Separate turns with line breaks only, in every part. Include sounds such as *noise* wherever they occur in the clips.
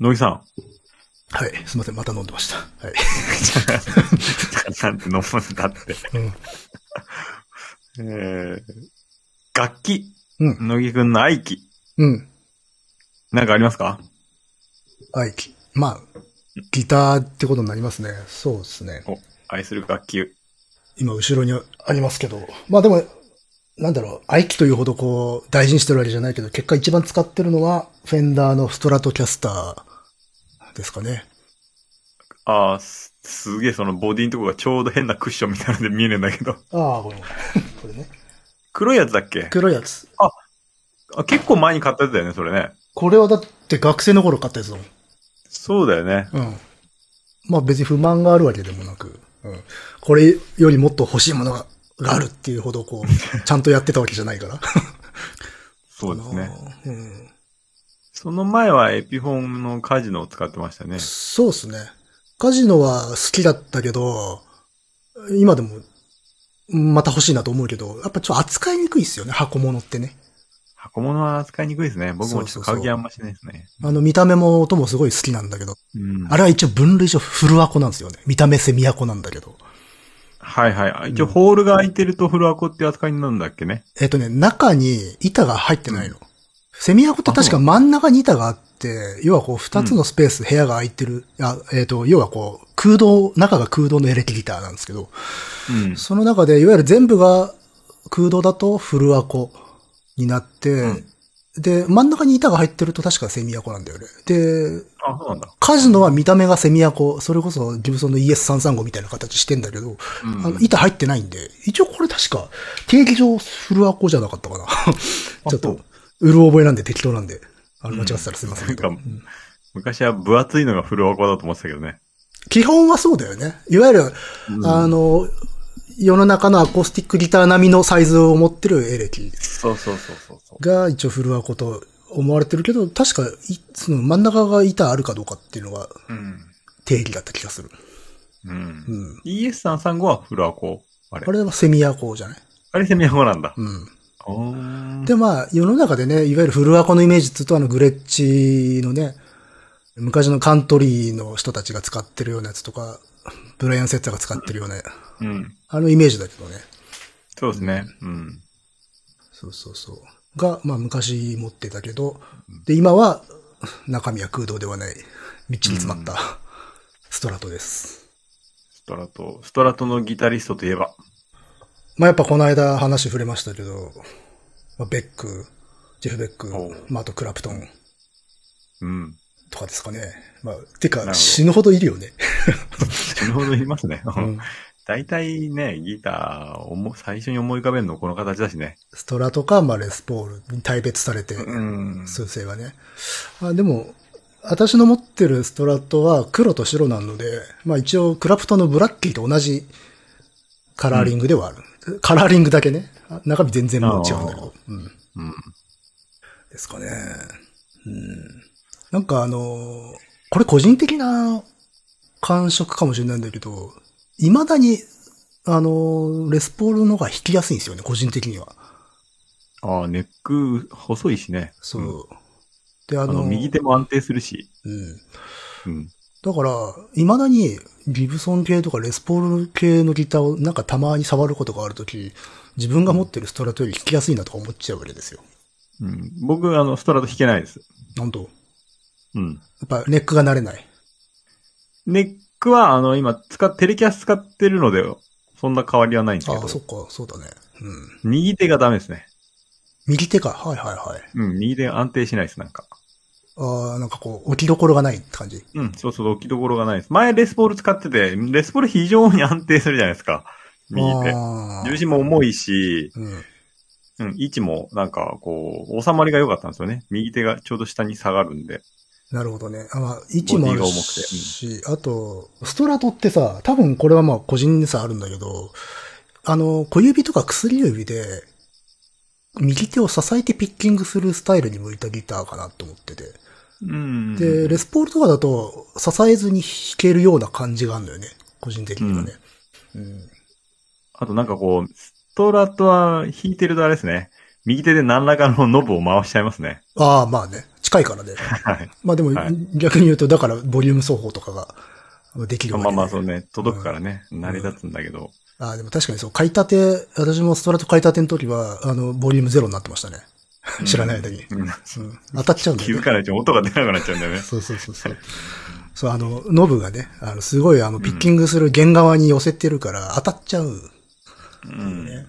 野木さん。
はい。すいません。また飲んでました。はい。
なんて飲むんだって。
うん
えー、楽器。
う
野木くんの愛機。
うん。
なんかありますか
愛機。まあ、ギターってことになりますね。そうですね。
お、愛する楽器。
今、後ろにありますけど。まあでも、なんだろう、愛機というほどこう、大事にしてるわけじゃないけど、結果一番使ってるのは、フェンダーのストラトキャスターですかね。
ああ、すすげえそのボディのとこがちょうど変なクッションみたいなので見えねえんだけど。 *laughs*
ああ、ごめんごめん。これね。
黒いやつだっけ
*laughs* 黒いやつ。
あ結構前に買ったやつだよね、それね。
これはだって学生の頃買ったやつだもん。
そうだよね。
うん。まあ別に不満があるわけでもなく、うん。これよりもっと欲しいものが、があるっていうほど
*laughs*
こう、ちゃんとやってたわけじゃないから。
そうですね。
あのー。うん。
その前はエピフォームのカジノを使ってましたね。
そうですね。カジノは好きだったけど、今でも、また欲しいなと思うけど、やっぱちょっと扱いにくいですよね、箱物ってね。
箱物は扱いにくいですね。僕もちょっと買う気あんましないですね。
あの、見た目も音もすごい好きなんだけど、
うん
あれは一応分類上古箱なんですよね。見た目セミ箱なんだけど。
はいはい。一応ホールが開いてるとフルアコっていう扱いになるんだっけね。
えっとね、中に板が入ってないの。セミ箱って確か真ん中に板があって、要はこう二つのスペース、部屋が空いてる、あえっ、と、要はこう空洞、中が空洞のエレキギターなんですけど、
うん。
その中でいわゆる全部が空洞だとフルアコになって、
うん
で、真ん中に板が入ってると確かセミアコなんだよね。で、
あ、そうなんだ。
カジノは見た目がセミアコ、それこそギブソンの ES335 みたいな形してんだけど、
うん *laughs*
あの板入ってないんで、一応これ確か定義上フルアコじゃなかったかな。 *laughs* ちょっ
そ
と
う、
うる覚えなんで適当なんで、あの
うん
間違ってたらすいませんけど。
なんか
うん
昔は分厚いのがフルアコだと思ってたけどね。
基本はそうだよね。いわゆる、
うん
あの、世の中のアコースティックギター並みのサイズを持ってるエレキ
そうそうそうそうそう。
が一応フルアコと思われてるけど、確かい、その真ん中が板あるかどうかっていうのが
うん。
定義だった気がする。
う。
うんん。
ES335 はフルアコ。あれ
あ。れはセミアコじゃない
あれセミアコなんだ。
うん。
おー
で、まあ、世の中でね、いわゆるフルアコのイメージって言うと、あの、グレッチのね、昔のカントリーの人たちが使ってるようなやつとか、ブライアン・セッツァーが使ってるような、
うん。
あのイメージだけどね。
そうですね。うん。
そうそうそう。が、まあ、昔持ってたけど、で、今は、中身は空洞ではない、みっちり詰まった、ストラトです。
ストラト、ストラトのギタリストといえば。
まあ、やっぱこの間話触れましたけど、まあ、ベック、ジェフ・ベック
おう、
まあ、あとクラプトン
うん。
とかですかね。まあ、て
るほ
か、
ど
死ぬほどいるよね。
死ぬほどいます *laughs* ね。
うん
大体ね、ギターをも最初に思い浮かべるのこの形だしね。
ストラとか、まあ、レスポールに大別されて、
ん
数勢がね。あでも、私の持ってるストラトは黒と白なので、まあ一応クラプトのブラッキーと同じカラーリングではある。カラーリングだけね。あ中身全然もう違うんだけど。うん。
うん。
ですかね。うん。なんかあのーこれ個人的な感触かもしれないんだけど、未だに、あのーレスポールの方が弾きやすいんですよね、個人的には。
ああ、ネック細いしね。
そう。
ん
で、あ
あ
のー
の、右手も安定するし。
うん。
うん。
だから、未だに、ギブソン系とかレスポール系のギターをなんかたまに触ることがあるとき、自分が持ってるストラトより弾きやすいなとか思っちゃうわけですよ。
うん、僕、あの、ストラト弾けないです。
なんと、
うん。
やっぱネックが慣れない。
ネックは、あの、今、使っ、テレキャス使ってるので、そんな変わりはないんです
あ
け
あ、そっ
ど、
か、そうだね。うん。
右手がダメですね。
右手か、はいはいはい。
うん、右手が安定しないです、なんか。
ああ、なんかこう、置きどころがないって感じ。
うん、そうそう、置きどころがないです。前、レスポール使ってて、レスポール非常に安定するじゃないですか。右手。
ああ
重心も重いし、
うん。
うん、位置もなんかこう、収まりが良かったんですよね。右手がちょうど下に下がるんで。
なるほどね。あまあ、位置もあ
ボディ
る
が重くてうん
し、あと、ストラトってさ、多分これはまあ個人差あるんだけど、あの、小指とか薬指で、右手を支えてピッキングするスタイルに向いたギターかなと思ってて。
うん。
で、レスポールとかだと、支えずに弾けるような感じがあるんだよね。個人的にはね。うん。
あとなんかこう、ストラトは弾いてるとあれですね。右手で何らかのノブを回しちゃいますね。
ああ、まあね。近いか
*laughs*
らで。
はい。
まあでも、
はい
逆に言うと、だから、ボリューム奏法とかができるわけ
ま
で。
あまあ、そうね、届くからね、成り立つんだけど。
ああ、でも確かにそう、買いたて、私もストラト買いたての時は、あの、ボリュームゼロになってましたね。知らない間に。
うん
うん当たっちゃうんだ
気
よ
づ
ね。
かないうちに音が出なくなっちゃうんだよね。
そうそうそうそう。そう、あの、ノブがね、あの、すごい、あの、ピッキングする弦側に寄せてるから、当たっちゃう。
うん。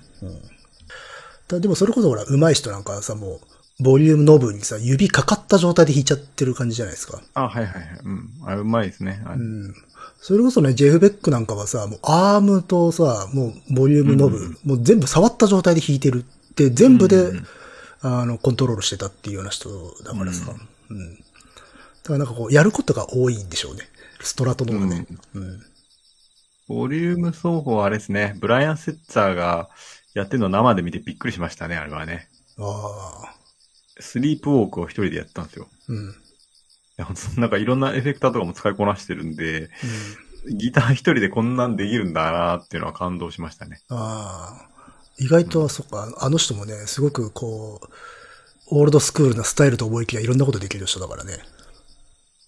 だでもそれこそほら、上手い人なんかさ、もう、ボリュームノブにさ、指かかった状態で弾いちゃってる感じじゃないですか。
あ、はいはいはい。うん。あ、うまいですね。あ
うん。それこそね、ジェフ・ベックなんかはさ、もうアームとさ、もうボリュームノブ、
うん
もう全部触った状態で弾いてるって、全部で、
うん
あの、コントロールしてたっていうような人だからさ。うん。だからなんかこう、やることが多いんでしょうね。ストラトの方がね。うん。
ボリューム奏法はあれですね。ブライアン・セッツァーがやってるのを生で見てびっくりしましたね、あれはね。
ああ。
スリープウォークを一人でやったんですよ。
うん。うん。
いやほんとなんかいろんなエフェクターとかも使いこなしてるんで、ギター一人でこんなんできるんだなっていうのは感動しましたね。
ああ。意外と、そっか、あの人もね、すごくこう、オールドスクールなスタイルと思いきやいろんなことできる人だからね。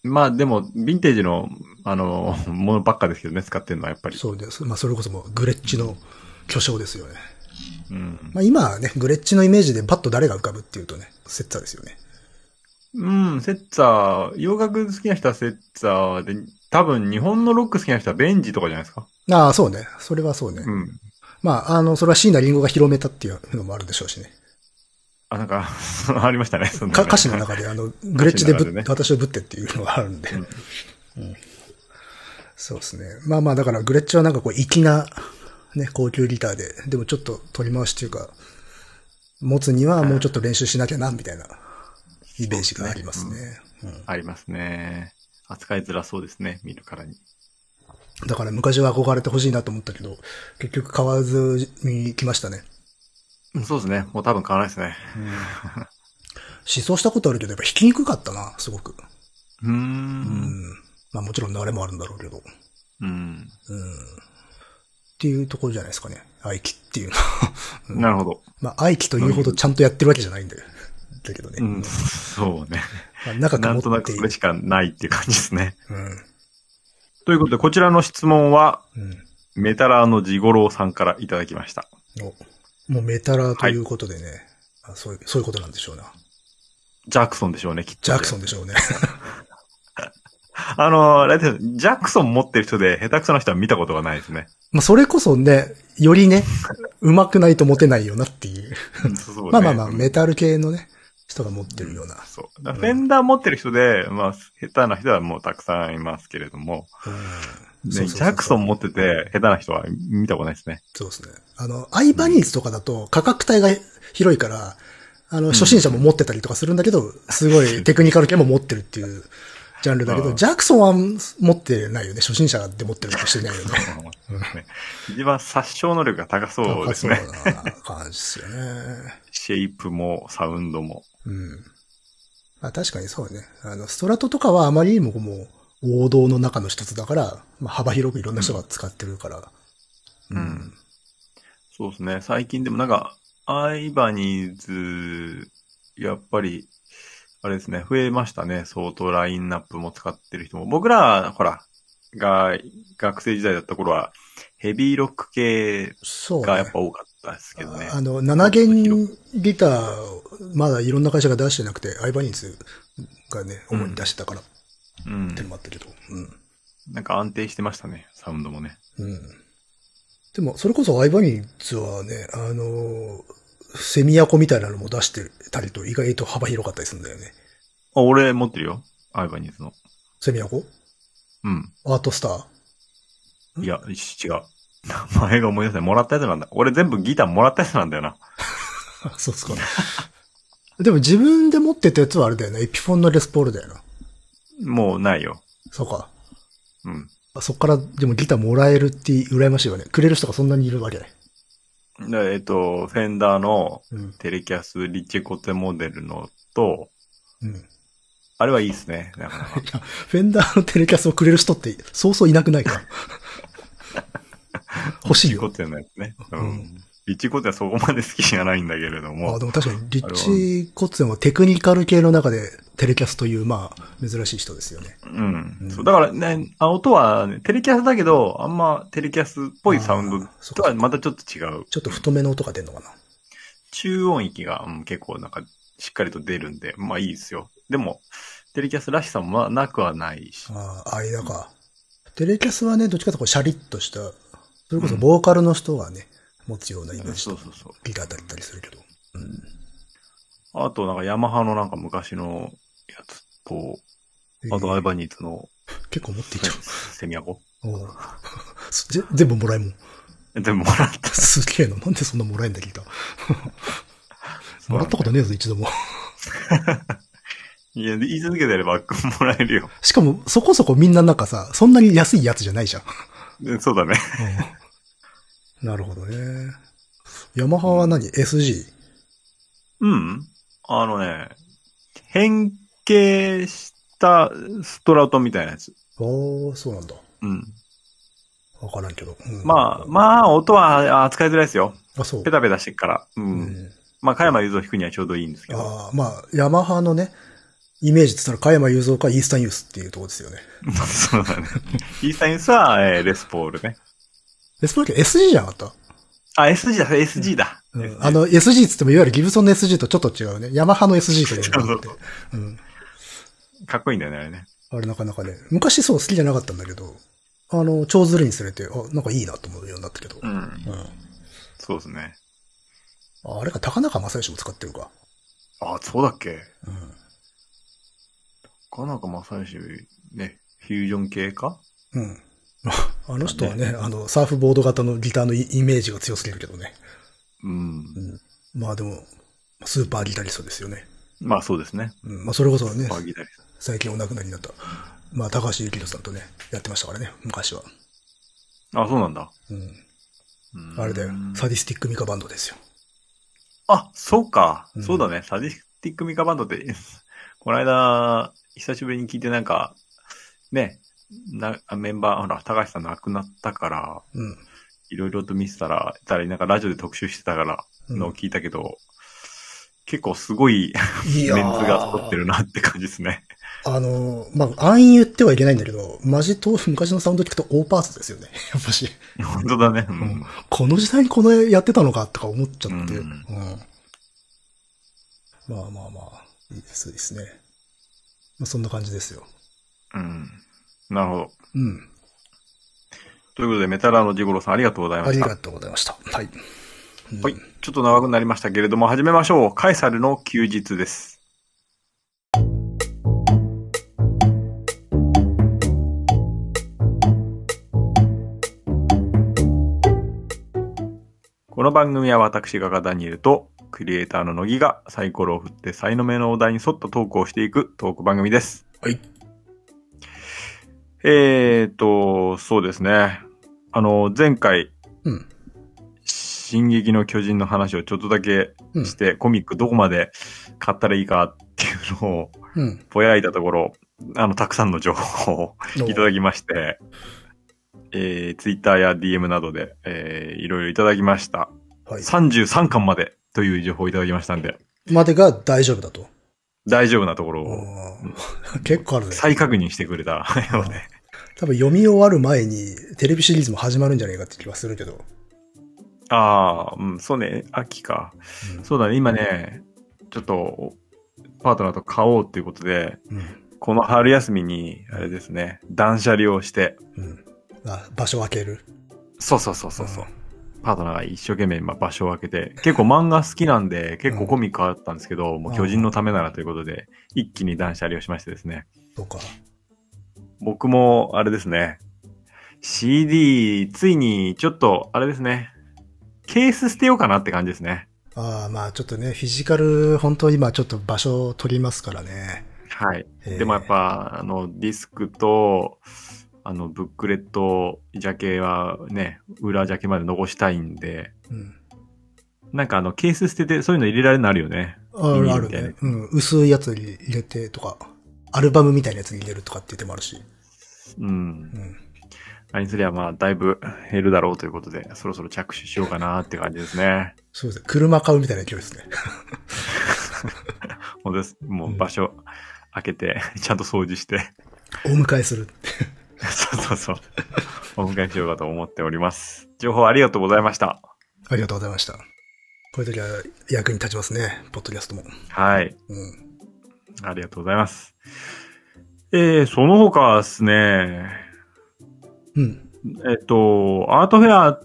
まあでも、ヴィンテージの、あの、ものばっかですけどね、使ってるのはやっぱり。
そうです。まあ、それこそもうグレッチの巨匠ですよね。
うん。
まあ、今はね、グレッチのイメージでパッと誰が浮かぶっていうとね、セッツァーですよね。
うん、セッツァー、洋楽好きな人はセッツァーで、多分日本のロック好きな人はベンジとかじゃないですか。
ああ、そうね。それはそうね。
うん。
まあ、あの、それは椎名林檎が広めたっていうのもあるでしょうしね。
あ、なんか、 *laughs* ありましたね、そんな
か
ね
歌詞の中で、あの、グレッチでぶっ
歌詞の中でね
私をぶってっていうのがあるんで。
ん
うん *laughs* そうですね。まあまあ、だからグレッチはなんかこう、粋な、ね、高級ギターで、でもちょっと取り回しっていうか、持つにはもうちょっと練習しなきゃな、みたいな、イメージがありますね。うん
ありますね。扱いづらそうですね、見るからに。
だから昔は憧れてほしいなと思ったけど、結局買わずに来ましたね。
うんそうですね。もう多分買わないですね。
思想したことあるけど、やっぱ弾きにくかったな、すごく。
うー。
うんん。まあもちろん流れもあるんだろうけど。っ
うん。
ていうところじゃないですかね。愛機っていうの。
なるほど。
まあ愛機というほどちゃんとやってるわけじゃないんだよ。だけどね。
うん。そうね。
まあ、長
なん
く
と
持
な
って
く
い
そ
る
れ。しかないっていう感じですね。
うん。
ということで、こちらの質問は、
うん。
メタラーのジゴロウさんからいただきました。
おもうメタラーということでね、あそういう、そういうことなんでしょうな。
ジャクソンでしょうね、きっと。
ジャクソ
ン。
ンでしょうね。 *laughs*
あのー、あれですジャクソン持ってる人で下手くそな人は見たことがないですね。
まあそれこそね、より
*laughs*
ね、上手くないと持てないよなっていう。
そうね
まあまあまあ、メ
タ
タル系のね、人が持ってるような。
そう。だからフェンダー持ってる人で、まあ、下手な人はもうたくさんいますけれども、
うん
ね、ジャクソン持
も
ってて、下手な人は見たことないですね。
そうですね。あの、アイバニーズとかだと価格帯が広いから、あの、初心者も持ってたりとかするんだけど、すご
*laughs*
いテクニカル系も持ってるっていうジャンルだけ
う
ど、
ん
ジャクソンは持ってないよね。初心者で持ってるかもしれないよね。
そうね *laughs* 一番殺傷能力が高そうですね。
高そうな感じですよね。
シェイプもサウンドも。
うん。まあ確かにそうね。あの、ストラトとかはあまりにももう王道の中の一つだから、まあ幅広くいろんな人が使ってるから。
うんそうですね。最近でもなんか、アイバニーズ、やっぱり、あれですね、増えましたね。相当ラインナップも使ってる人も。僕ら、ほら、が、学生時代だった頃は、ヘビーロック系
そう、ね。
がやっぱ多かったですけどね。
あの、7弦ギター、まだいろんな会社が出してなくて、アイバニーズがね、主に出してたからって
うん
いう。のもあったけど。う
なんか安定してましたね、サウンドもね。
ん。うん。でも、それこそアイバニーズはね、あの、セミアコみたいなのも出してたりと、意外と幅広かったりするんだよね。
あ、俺持ってるよ。アイバニーズの。
セミアコ
うん。
アートスター
いや、し違う。 *laughs* 名前が思い出せない。もらったやつなんだ。俺全部ギターもらったやつなんだよな。
あ *laughs* そうっすか。でも自分で持ってたやつはあれだよね。エピフォンのレスポールだよな。
もうないよ。
そうか。
うん。
あそっからでもギターもらえるって羨ましいわね。くれる人がそんなにいるわけね。
でえっと、フェンダーの
うん。
テレキャスリッチェコテモデルのと、
うん。い
あれはいいですね。なかなか
や、フェンダーのテレキャスをくれる人ってそうそういなくないから。 *laughs*
*laughs*
欲しい
リッチェコ
よ。
テのやつね。う
うん
ん。リッチェコテはそこまで好きじゃないんだけれど
あ
も。
でも確かに、リッチー・コッツェンはテクニカル系の中で、テレキャスという、まあ、珍しい人ですよね。
うん。
うん
そうだからね、あ音はね、テレキャスだけど、あんまテレキャスっぽいサウン
あー
ド
そう
と
か
はまたちょっと違う。
ちょっと太めの音が出るのかな。
中音域が、うん、結構なんかしっかりと出るんで、まあいいですよ。でも、テレキャスらしさもまあなくはないし。
ああ、間か。テレキャスはね、どっちかというとこうシャリッとした、それこそボーカルの人がね、持つようなイメージ
そう
と
そうそう。
ギターだったりするけど。
あとなんかヤマハのなんか昔のやつと、
うん
あとアイバニーズの
結構持っていっちゃ
セミアゴ
う。おう *laughs* ぜ全部もらえんもん。
全部もらった。
すげえな。なんでそんなもらえんだ、ギター。もらったことねえぞ、一度も。
いや、言い続けてればもらえるよ。
しかも、そこそこみんななんかさ、そんなに安いやつじゃないじゃん。
でそうだね。
うんなるほどね。ヤマハは何 ?SG?
うん。あのね、変形したストラトみたいなやつ。
ああ、そうなんだ。
うん。
わからんけど。うん
まあ、まあ、音は扱いづらいですよ。
あ、そう
ペ。タペタしてっから。う。
うんん
まあ、加山雄三弾くにはちょうどいいんですけど。
ああ、まあ、ヤマハのね、イメージって言ったら、加山雄三かイースタンユースっていうところですよね。
そうだね。イースタインスは、えーレスポールね。
レスポール系 SG じゃなかった、
あ、SG だ、SG だ。
うん
SG
あの、SG って言っても、いわゆるギブソンの SG とちょっと違うね。ヤマハの SG とか
そ
な
う
って
*laughs* そう。
うん。
かっこいいんだよね、あれね。
あれなかなかね、昔そう好きじゃなかったんだけど、あの、超ずるにつれて、あ、なんかいいなと思うようになったけど。
うん。
うん。
そうですね。
ああれか、高中正義も使ってるか。
あ、そうだっけ
うん。
かなんか正義、ね、フュージョン系か
うん。 *laughs* あの人はね、あの、サーフボード型のギターのイイメージが強すぎるけどね。
うん。
まあでも、スーパーギタリストですよね。
まあ、そうですね。
うん。まあそれこそね
バ、ギタリスト
最近お亡くなりになった、まあ、高橋幸宏さんとね、やってましたからね、昔は。
あ、そうなんだ。
うん。
うん
あれだよ、サディスティックミカバンドですよ。
あ、そうか
う。ん
そうだね。サディスティックミカバンドって、 *laughs* この間、久しぶりに聞いてなんか、ね、なメンバー、ほら、高橋さん亡くなったから、
うん。
いろいろと見せたら、たらなんかラジオで特集してたから、
うん
のを聞いたけど、結構すごい *laughs*
い
メンツ
やー
が揃ってるなって感じです
*laughs*
ね。
あのー、まあ、安易に言ってはいけないんだけど、マジと昔のサウンド聞くと大パーツですよね。 *laughs* やっぱし、
本当だね。うん
うんこの時代にこの絵やってたのかとか思っちゃって。う
うんん。
まあまあまあ、いいです、いいですね。まあ、そんな感じですよ。
うん。なるほど。
うん。
ということで、メタラーのジゴロさんありがとうございま
あ
し
り
た。
がとうございました。はい。うん
はい。ちょっと長くなりましたけれども、始めましょう。カエサルの休日です。この番組は私がガダニエルとクリエイターの乃木がサイコロを振って才の目のお題に沿ったトークをしていくトーク番組です。
はい。
えーと、そうですね。あの、前回、
うん。
進撃の巨人の話をちょっとだけ
うん
し。て、コミックどこまで買ったらいいかっていうのを
うん。
ぼやいたところ、あの、たくさんの情報をいただきまして、えー、Twitter や DM などで、えー、いろいろいただきました。
はい。
33巻までという情報をいただきましたんで、
までが大丈夫だと。
大丈夫なところを
うん結構あるね。
再確認してくれた *laughs* ようで、
多分読み終わる前にテレビシリーズも始まるんじゃないかって気はするけど。
ああ、うん、そうね、秋か。そうだね、今ね、ちょっと、パートナーと買おうということで、
うん。
この春休みに、あれですね、断捨離をして、
うん。あ場所を開ける。
そうそうそうそうそう。パートナーが一生懸命今場所を開けて、結構漫画好きなんで、結構コミックあったんですけど、もう巨人のためならということで、一気に断捨離をしましてですね。
そうか。
僕も、あれですね、CD、ついにちょっと、あれですね、ケース捨てようかなって感じですね。
ああ、まあちょっとね、フィジカル、本当今ちょっと場所を取りますからね。
はい。
えー
でもやっ。ぱ、あの、ディスクと、あの、ブックレット、ジャケはね、裏ジャケまで残したいんで、
うん。
なんかあの、ケース捨てて、そういうの入れられるのあるよね。
あるあ
いいみたい
る
な
ね。うん。薄いやつ入れてとか、アルバムみたいなやつに入れるとかって言ってもあるし。
うん
う。ん。
あれにすりゃ、まあ、だいぶ減るだろうということで、そろそろ着手しようかなって感じですね。
そうですね。車買うみたいな勢いですね。
本当です。も
う
うん場所、開けて、ちゃんと掃除して、
*laughs* お迎えする。
そうそうそう、お迎えしようかと思っております。情報ありがとうございました。
ありがとうございました。こういう時は役に立ちますね。ポッドキャストも。
はい。
うん。
ありがとうございます。えー、その他ですね、
うん。
えっと、アートフェア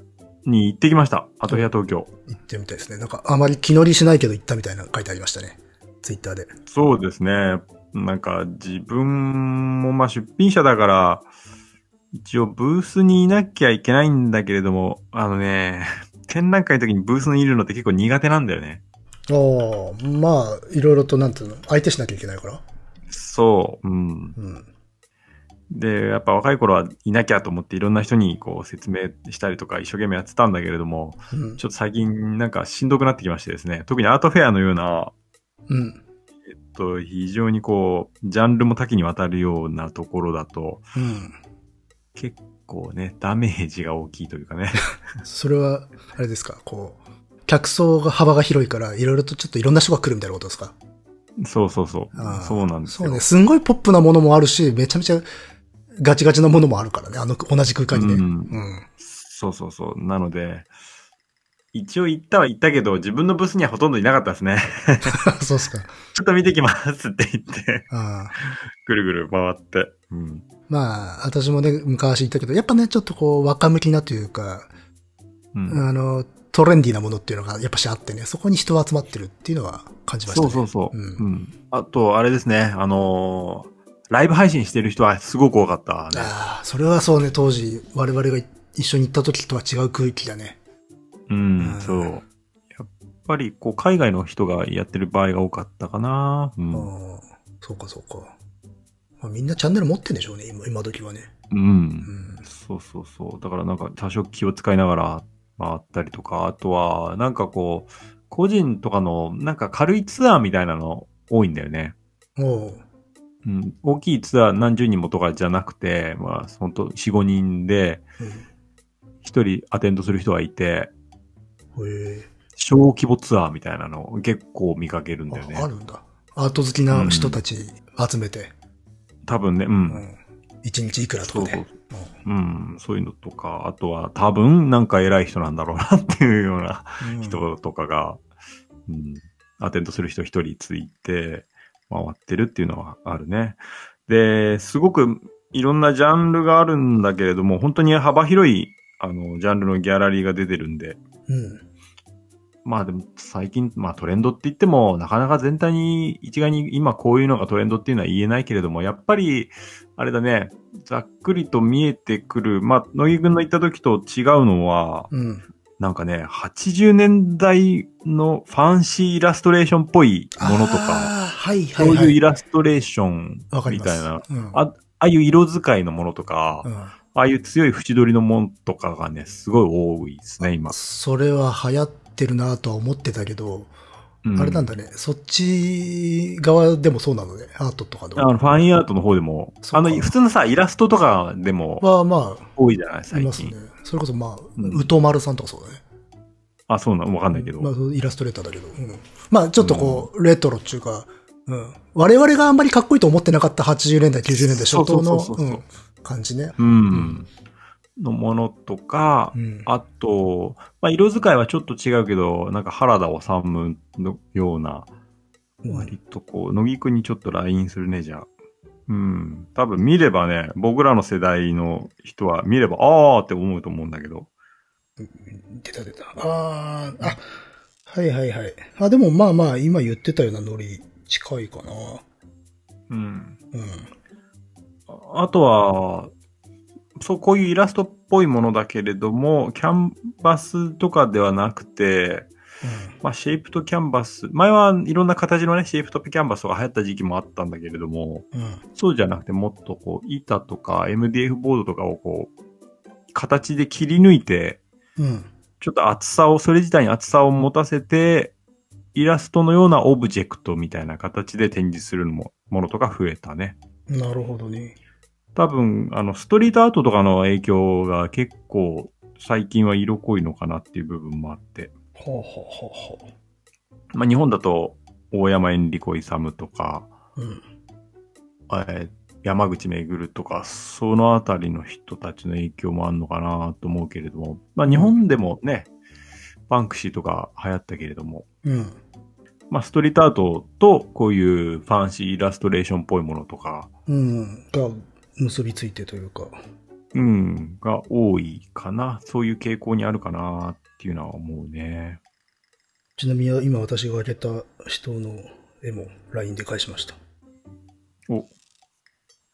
に行ってきました。アートフェア東京。
行ってみたいですね。なんか、あまり気乗りしないけど行ったみたいな書いてありましたね。ツイッターで。
そうですね。なんか自分もまあ出品者だから、一応ブースにいなきゃいけないんだけれども、あのね、 *laughs* 展覧会の時にブースにいるのって結構苦手なんだよね。
ああ、まあ、いろいろと、なんていうの、相手しなきゃいけないから。
そう。うん。
うん。
で、やっぱ若い頃はいなきゃと思っていろんな人にこう説明したりとか一生懸命やってたんだけれども、
うん
ち。ょっと最近なんかしんどくなってきましてですね、特にアートフェアのような、
うん。
えっと、非常にこう、ジャンルも多岐にわたるようなところだと、
うん。
結構ね、ダメージが大きいというかね。 *laughs*
それは、あれですか、こう、客層が幅が広いから、いろいろとちょっといろんな人が来るみたいなことですか。
そうそうそう
あ。ー
そうなんです
そう
よ。
ね、すんごいポップなものもあるし、めちゃめちゃガチガチなものもあるからね、あの同じ空間にね。
う
うん。 *laughs*
んそうそうそう。なので、一応行ったは行ったけど、自分のブースにはほとんどいなかったですね。 *laughs*
そうっすか。
ちょっと見てきますって言って、
ああ
ぐるぐる回って。うん。
まあ、私もね、昔言ったけど、やっぱね、ちょっとこう、若向きなというか、
うん
あの、トレンディーなものっていうのが、やっぱしあってね、そこに人が集まってるっていうのは感じました
そ
ね。
うそうそう。
うん
うんあと、あれですね、あのーライブ配信してる人はすごく多かったね。
ああ、それはそうね、当時、我々が一緒に行った時とは違う空気だね。
うん
うん、
そう。やっぱり、こう、海外の人がやってる場合が多かったかな。うん。
ああ、そうかそうか。まあ、みんなチャンネル持ってんでしょうね、今、今時はね。
うん
うん。
そうそうそう。だからなんか多少気を使いながら回ったりとか、あとはなんかこう、個人とかのなんか軽いツアーみたいなの多いんだよね。
おう。
うん、大きいツアー何十人もとかじゃなくて、まあ本当4、5人で
うん
1人アテンドする人がいて、
へえ
小規模ツアーみたいなのを結構見かけるんだよ
あ
ね。
あるんだ。アート好きな人たち集めて、
多分ね、う。
うんん。一、日いくらと
そう
か
そう
ね。。
うん、そういうのとか、あとは多分なんか偉い人なんだろうなっていうような
うん
人とかが、うん、アテンドする人一人ついて回ってるっていうのはあるね。で、すごくいろんなジャンルがあるんだけれども、本当に幅広い、あの、ジャンルのギャラリーが出てるんで、
うん。
まあでも最近、まあトレンドって言っても、なかなか全体に一概に今こういうのがトレンドっていうのは言えないけれども、やっぱり、あれだね、ざっくりと見えてくる、まあ、野木くんの言った時と違うのは、
うん。
なんかね、80年代のファンシーイラストレーションっぽいものとか、
ああ、はい
そ
はいうはい。
いうイラストレーション
わかり
み
ま
た
す
いな、あ
うん。
あいう色使いのものとか、
う
あ
ん
あいう強い縁取りのものとかがね、すごい多いですね、今。
それは流行ってるなとは思ってたけど、
うん
あれなんだね、そっち側でもそうなのね、アートとか
あ
の。
のファンインアートの方でも、
そう
あ
か
の、普通のさ、イラストとかでも
は、ま
多いじゃない、
あ、い
最
ます
近。
ね。それこそまあ、
うん
うとまるさんとかそうだね。
あ、そうなのわかんないけど。
まあ、イラストレーターだけど。うんまあ、ちょっとこう、レトロっていうか、うん。我々があんまりかっこいいと思ってなかった80年代、90年代初頭の
そうそうそうそう
うん感じね。
うん。のものとか
う、ん。
あと、まあ、色使いはちょっと違うけど、なんか原田治のような、
うん
割とこう、乃木くんにちょっとラインするね、じゃあ。うん。多分見ればね、僕らの世代の人は見れば、あーって思うと思うんだけど。
出た出た。あー、あ、はいはいはい。あ、でもまあまあ、今言ってたようなノリ近いかな。
うん。
うん。
ああとは、そう、こういうイラストっぽいものだけれども、キャンバスとかではなくて、まあ、シェイプとキャンバス、前はいろんな形のね、シェイプとキャンバスが流行った時期もあったんだけれども、
うん。うん。
そうじゃなくてもっとこう、板とか MDF ボードとかをこう、形で切り抜いて、
うん。
ちょっと厚さを、それ自体に厚さを持たせて、イラストのようなオブジェクトみたいな形で展示するのもものとか増えたね。
なるほどね。
多分、あの、ストリートアートとかの影響が結構最近は色濃いのかなっていう部分もあって。
ほうほうほうほ
まあ、日本だと、大山エンリコイサムとか、
う。うん。
えー山口めぐるとか、そのあたりの人たちの影響もあるのかなと思うけれども、まあ日本でもね、パンクシーとか流行ったけれども、
うん。
まあストリートアートとこういうファンシーイラストレーションっぽいものとか、
うん。が結びついてというか。
うん、が多いかな。そういう傾向にあるかなっていうのは思うね。
ちなみに今私があげた人の絵も LINE で返しました。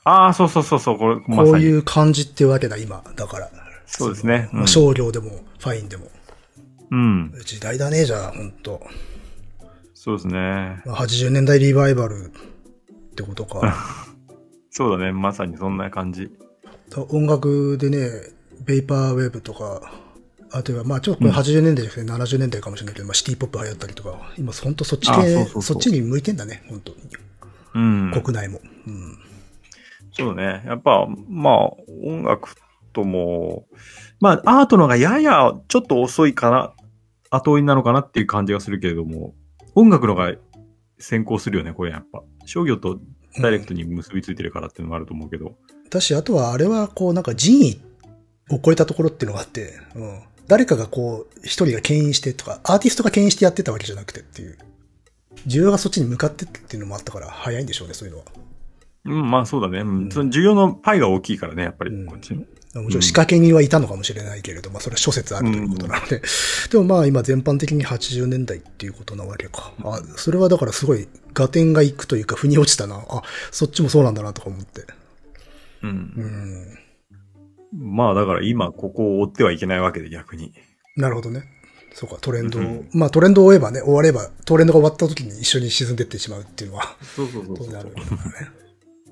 ああ、そうそうそうそう、これ、ま
こ
さ
うい
に。
う感じってわけだ、今。だから。
そうですね
まあ
うん
商業でも、ファインでも。
うん、
時代だね、じゃあ、ほんと。
そうですね。
まあ80年代リバイバルってことか。
そうだね、まさにそんな感じ。
だ音楽でね、ベイパーウェブとか、あとは、まあちょっとこれ80年代じゃなくて70年代かもしれないけど、まあシティポップ流行ったりとか、今ほんとそっち
あそう
系
そう、そう
そっちに向いてんだね、本当に。
うん。
国内も。うん。
そうね。やっぱ、まあ、音楽とも、まあ、アートの方がややちょっと遅いかな、後追いなのかなっていう感じがするけれども、音楽の方が先行するよね、これやっぱ。商業とダイレクトに結びついてるからっていうのもあると思うけど。
だし、あとはあれは、こう、なんか人位を超えたところっていうのがあって、うん。誰かがこう、一人が牽引してとか、アーティストが牽引してやってたわけじゃなくてっていう。需要がそっちに向かってっていうのもあったから、早いんでしょうね、そういうのは。
うん、まあそうだね。うんその需要のパイが大きいからね、やっぱり、
うん
こっちの。
もちろん仕掛け人はいたのかもしれないけれど、まあそれは諸説あるということなので。 *laughs* でもまあ今全般的に80年代っていうことなわけか。あ、それはだからすごい、合点がいくというか、腑に落ちたな。あ、そっちもそうなんだなとか思って。
う。
うんん。
まあだから今、ここを追ってはいけないわけで、逆に。
なるほどね。そうか、トレンドを、
うん
まあトレンドを追えばね、終われば、トレンドが終わった時に一緒に沈んでってしまうっていうのは、
そうそうそう
当然あることだからね。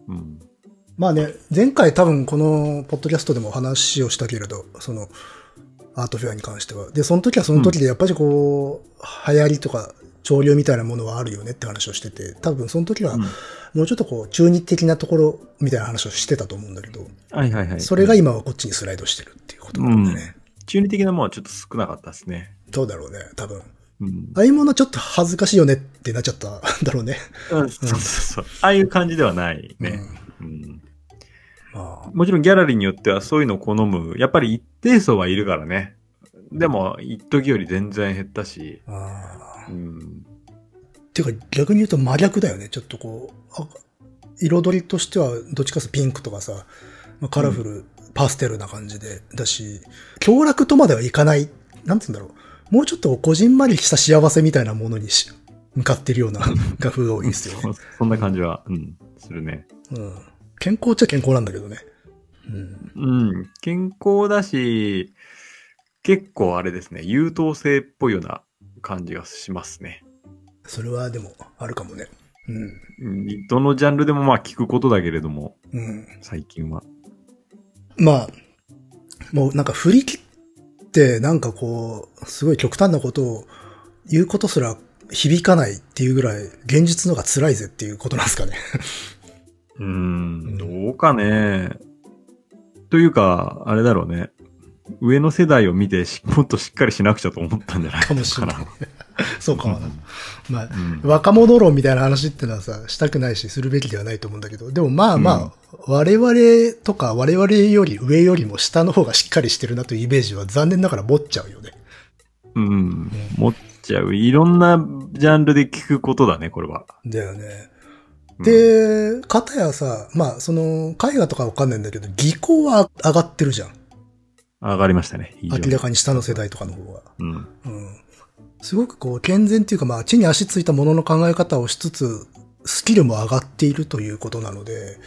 うん。
まあね、前回多分このポッドキャストでもお話をしたけれど、その、アートフェアに関しては。で、その時はその時でやっぱりこう、流行りとか潮流みたいなものはあるよねって話をしてて、多分その時は
うん
もうちょっとこう、中日的なところみたいな話をしてたと思うんだけど、
はいはいはい。
それが今はこっちにスライドしてるっていうことなんだね。
中二的なものはちょっと少なかったですね。
どうだろうね、多分。
うん
あ。あいうものちょっと恥ずかしいよねってなっちゃったんだろうね。
うんそうそうそう。ああいう感じではない
うん
ね、うん
まあ、
もちろんギャラリーによってはそういうのを好む、やっぱり一定層はいるからね。でも、一時より全然減ったし、
あ
うん、
ーていうか逆に言うと真逆だよね。ちょっとこう、あ彩りとしてはどっちかというとピンクとかさ、まあカラフル、パステルな感じで、だし、凶楽とまではいかない、なんつうんだろう。もうちょっとこじんまりした幸せみたいなものにし向かってるような *laughs* 画風が多いですよ
そ
ね。
そんな感じは、うん、するね。
うん、健康っちゃ健康なんだけどね。うん、
うん、健康だし、結構あれですね、優等生っぽいような感じがしますね。
それはでもあるかもね。うん
うんどのジャンルでもまあ聞くことだけれども、
うん、
最近は。
まあ、もうなんか振り切って、なんかこう、すごい極端なことを言うことすら響かないっていうぐらい、現実のが辛いぜっていうことなんですかね。
うー
うん
ん、どうかね。というか、あれだろうね。上の世代を見てし、 *laughs* もっとしっかりしなくちゃと思ったんじゃない
*laughs* かもしれない
か。
そうかもな。まあ、
な。うん
若者論みたいな話ってのはさ、したくないし、するべきではないと思うんだけど、でもまあまあ、我々とか我々より上よりも下の方がしっかりしてるなというイメージは残念ながら持っちゃうよね。
うん。持っちゃう。いろんなジャンルで聞くことだね、これは。
だよね。
うん、
で、かたやさ、まあ、その、絵画とかわかんないんだけど、技巧は上がってるじゃん。
上がりましたね。非常に
明らかに下の世代とかの方が。
うん。
うん。すごくこう、健全っていうか、まあ、地に足ついたものの考え方をしつつ、スキルも上がっているということなので、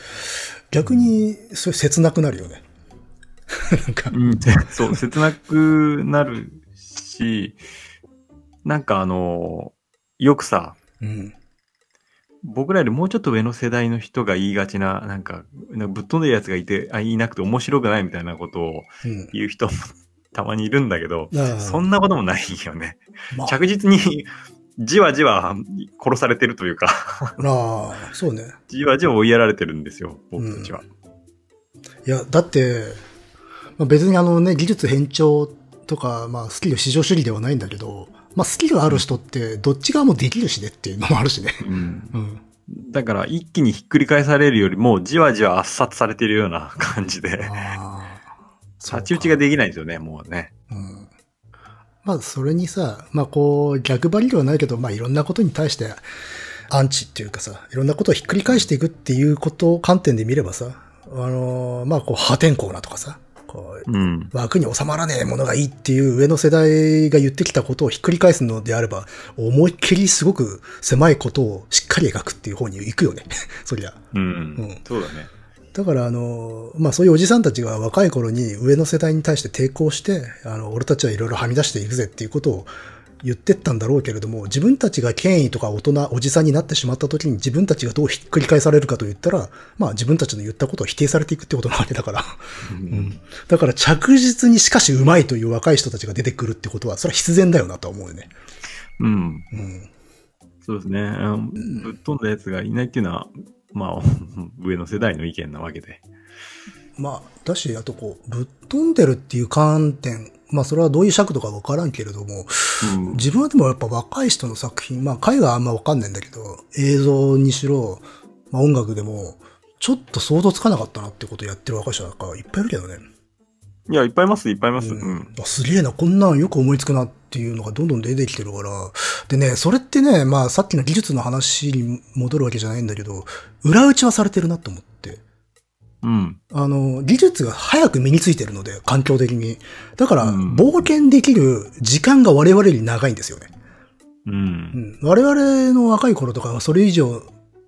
逆に、それ切なくなるよね。 *laughs* なんか、
うん、そう、切なくなるし、なんかあの、よくさ、
うん。
僕らよりもうちょっと上の世代の人が言いがちな、なんか、なんかぶっ飛んでるやつがいて、あ、いなくて面白くないみたいなことを
うん。
言う人もたまにいるんだけど、
ああ
そんなこともないよね。
まあ、
着実にじわじわ殺されてるというか、
ああそうね。
じわじわ追いやられてるんですよ、僕たちは。
いや、だって、まあ、別にあのね、技術偏重とか、まあ、スキル至上主義ではないんだけど、まあ、スキルある人って、どっち側もできるしねっていうのもあるしね。
うん。
うん。
だから一気にひっくり返されるよりも、じわじわ圧殺されてるような感じで、
ああ。
太刀打ちができないんですよね、もうね。
うんまあ、それにさ、まあ、こう、逆張りではないけど、まあ、いろんなことに対して、アンチっていうかさ、いろんなことをひっくり返していくっていうことを観点で見ればさ、あのーまあ、こう、破天荒なとかさ、こう、
うん。
枠に収まらねえものがいいっていう上の世代が言ってきたことをひっくり返すのであれば、思いっきりすごく狭いことをしっかり描くっていう方に行くよね。 *laughs* そりゃ。
うん。
うん
そうだね。
だから、あの、まあ、そういうおじさんたちが若い頃に上の世代に対して抵抗して、あの、俺たちはいろいろはみ出していくぜっていうことを言ってったんだろうけれども、自分たちが権威とか大人、おじさんになってしまった時に自分たちがどうひっくり返されるかと言ったら、まあ、自分たちの言ったことを否定されていくってことなわけだから。
うん。
だから着実にしかしうまいという若い人たちが出てくるってことは、それは必然だよなとは思うよね。
うん。
うん。
そうですね。あのぶっ飛んだやつがいないっていうのは、まあ、 *laughs* 上の世代の意見なわけで。
まあ、だし、あとこう、ぶっ飛んでるっていう観点、まあ、それはどういう尺度かわからんけれども、
うん。
自分はでもやっぱ若い人の作品、まあ絵画はあんまわかんないんだけど、映像にしろ、まあ音楽でも、ちょっと想像つかなかったなってことやってる若い人なんかいっぱいいるけどね。
いや、いっぱいいます、いっぱいいます。
う
うん。
あすげえな、こんなんよく思いつくなっていうのがどんどん出てきてるから。でね、それってね、まあさっきの技術の話に戻るわけじゃないんだけど、裏打ちはされてるなと思って。
うん。
あの、技術が早く身についてるので、環境的に。だから、
うん
冒険できる時間が我々より長いんですよね。
う。
うんん、我々の若い頃とかはそれ以上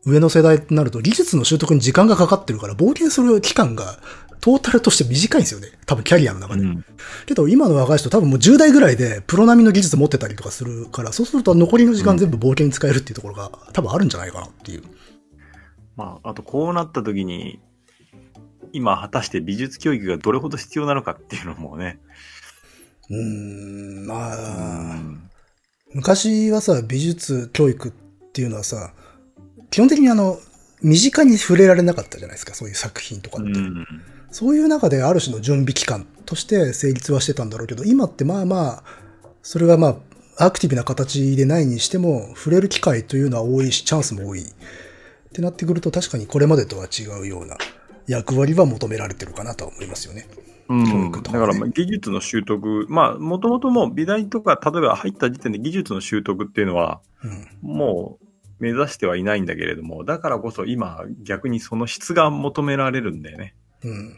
上の世代になると技術の習得に時間がかかってるから冒険する期間がトータルとして短いんですよね。多分キャリアの中
う
で。
ん。
けど今の若い人多分もう10代ぐらいでプロ並みの技術持ってたりとかするから、そうすると残りの時間全部冒険に使えるっていうところが多分あるんじゃないかなっていう。
まあ、あとこうなった時に、今果たして美術教育がどれほど必要なのかっていうのもね。
うーん、
う
まあ、
ん。
昔はさ、美術教育っていうのはさ、基本的にあの、身近に触れられなかったじゃないですか、そういう作品とか
う
って。
ん。
そういう中である種の準備期間として成立はしてたんだろうけど、今ってまあまあ、それがまあ、アクティブな形でないにしても、触れる機会というのは多いし、チャンスも多い。ってなってくると、確かにこれまでとは違うような役割は求められてるかなとは思いますよね。教
うん、
育
だか
とかね
ら、まあ技術の習得、まあ、もともともう美大とか、例えば入った時点で技術の習得っていうのは、
うん。
もう目指してはいないんだけれども、だからこそ今、逆にその質が求められるんだよね。
うん。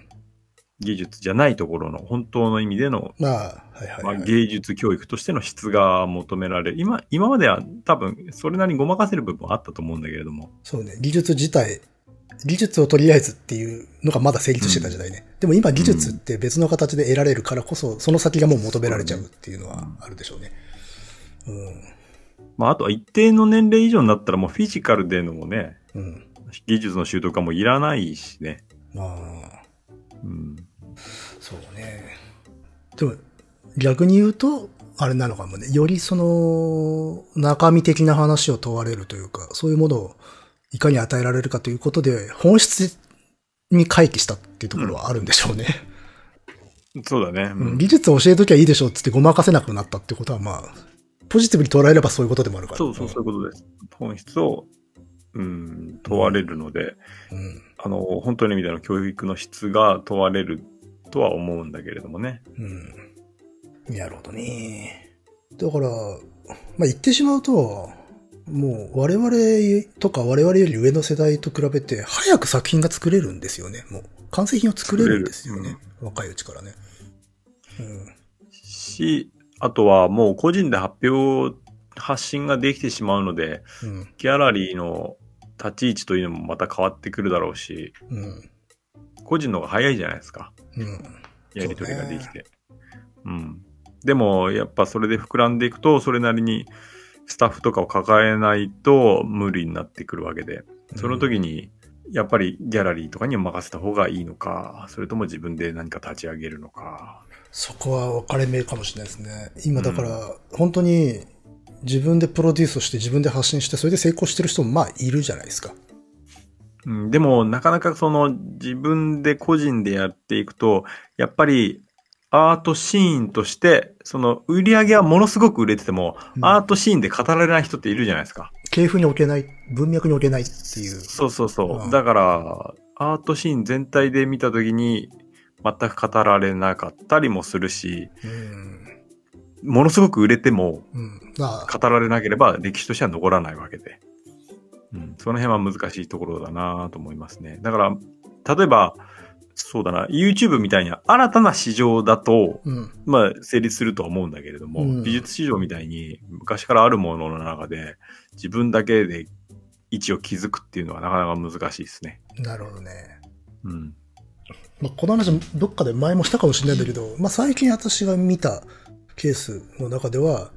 技術じゃないところの、本当の意味での、
まあ、はいはい、
ま
は
あ、
い。
芸術教育としての質が求められる。今、今までは多分、それなりにごまかせる部分はあったと思うんだけれども。
そうね、技術自体、技術をとりあえずっていうのがまだ成立してた時代ね。でも今技術って別の形で得られるからこそ、その先がもう求められちゃうっていうのはあるでしょうね。う
まあ、あとは一定の年齢以上になったらもうフィジカルでのもね、
ん。うん。
技術の習得はもういらないしね。
まあ、
うん。
そうね。でも、逆に言うと、あれなのかもね。よりその、中身的な話を問われるというか、そういうものをいかに与えられるかということで、本質に回帰したっていうところはあるんでしょうね。
そうだね。
うん技術を教えときゃいいでしょっつってごまかせなくなったってことは、まあ、ポジティブに捉えればそういうことでもあるから。
そうそう、そういうことです。本質を、うん、問われるので、
うん。
あの、本当の意味での教育の質が問われるとは思うんだけれどもね。
うん。なるほどね。だから、まあ言ってしまうと、もう我々とか我々より上の世代と比べて、早く作品が作れるんですよね。もう、完成品を作れるんですよね
作。
若いうちからね。うん。
し、あとはもう個人で発表、発信ができてしまうので、
うん。
ギャラリーの立ち位置というのもまた変わってくるだろうし、
うん。
個人の方が早いじゃないですか。
うん。
やり取りができて。うん。でも、やっぱそれで膨らんでいくと、それなりにスタッフとかを抱えないと無理になってくるわけで、その時に、やっぱりギャラリーとかに任せた方がいいのか、それとも自分で何か立ち上げるのか。
そこは分かれ目かもしれないですね。今だから、本当に自分でプロデュースをして自分で発信して、それで成功してる人もまあいるじゃないですか。
うん、でも、なかなかその自分で個人でやっていくと、やっぱりアートシーンとして、その売り上げはものすごく売れてても、
うん
アートシーンで語られない人っているじゃないですか。
結系譜に置けない、文脈に置けないっていう。
そうそうそう。
うん
だから、アートシーン全体で見たときに、全く語られなかったりもするし、
うん。
ものすごく売れても、
うん。まあ、
語られなければ歴史としては残らないわけで。うん、その辺は難しいところだなと思いますね。だから、例えば、そうだな、YouTube みたいに新たな市場だと、
うん。
まあ、成立するとは思うんだけれども、
うん
美術市場みたいに昔からあるものの中で、自分だけで位置を築くっていうのはなかなか難しいですね。
なるほどね。
うん。
まあ、この話、どっかで前もしたかもしれないんだけど、まあ、最近私が見たケースの中では、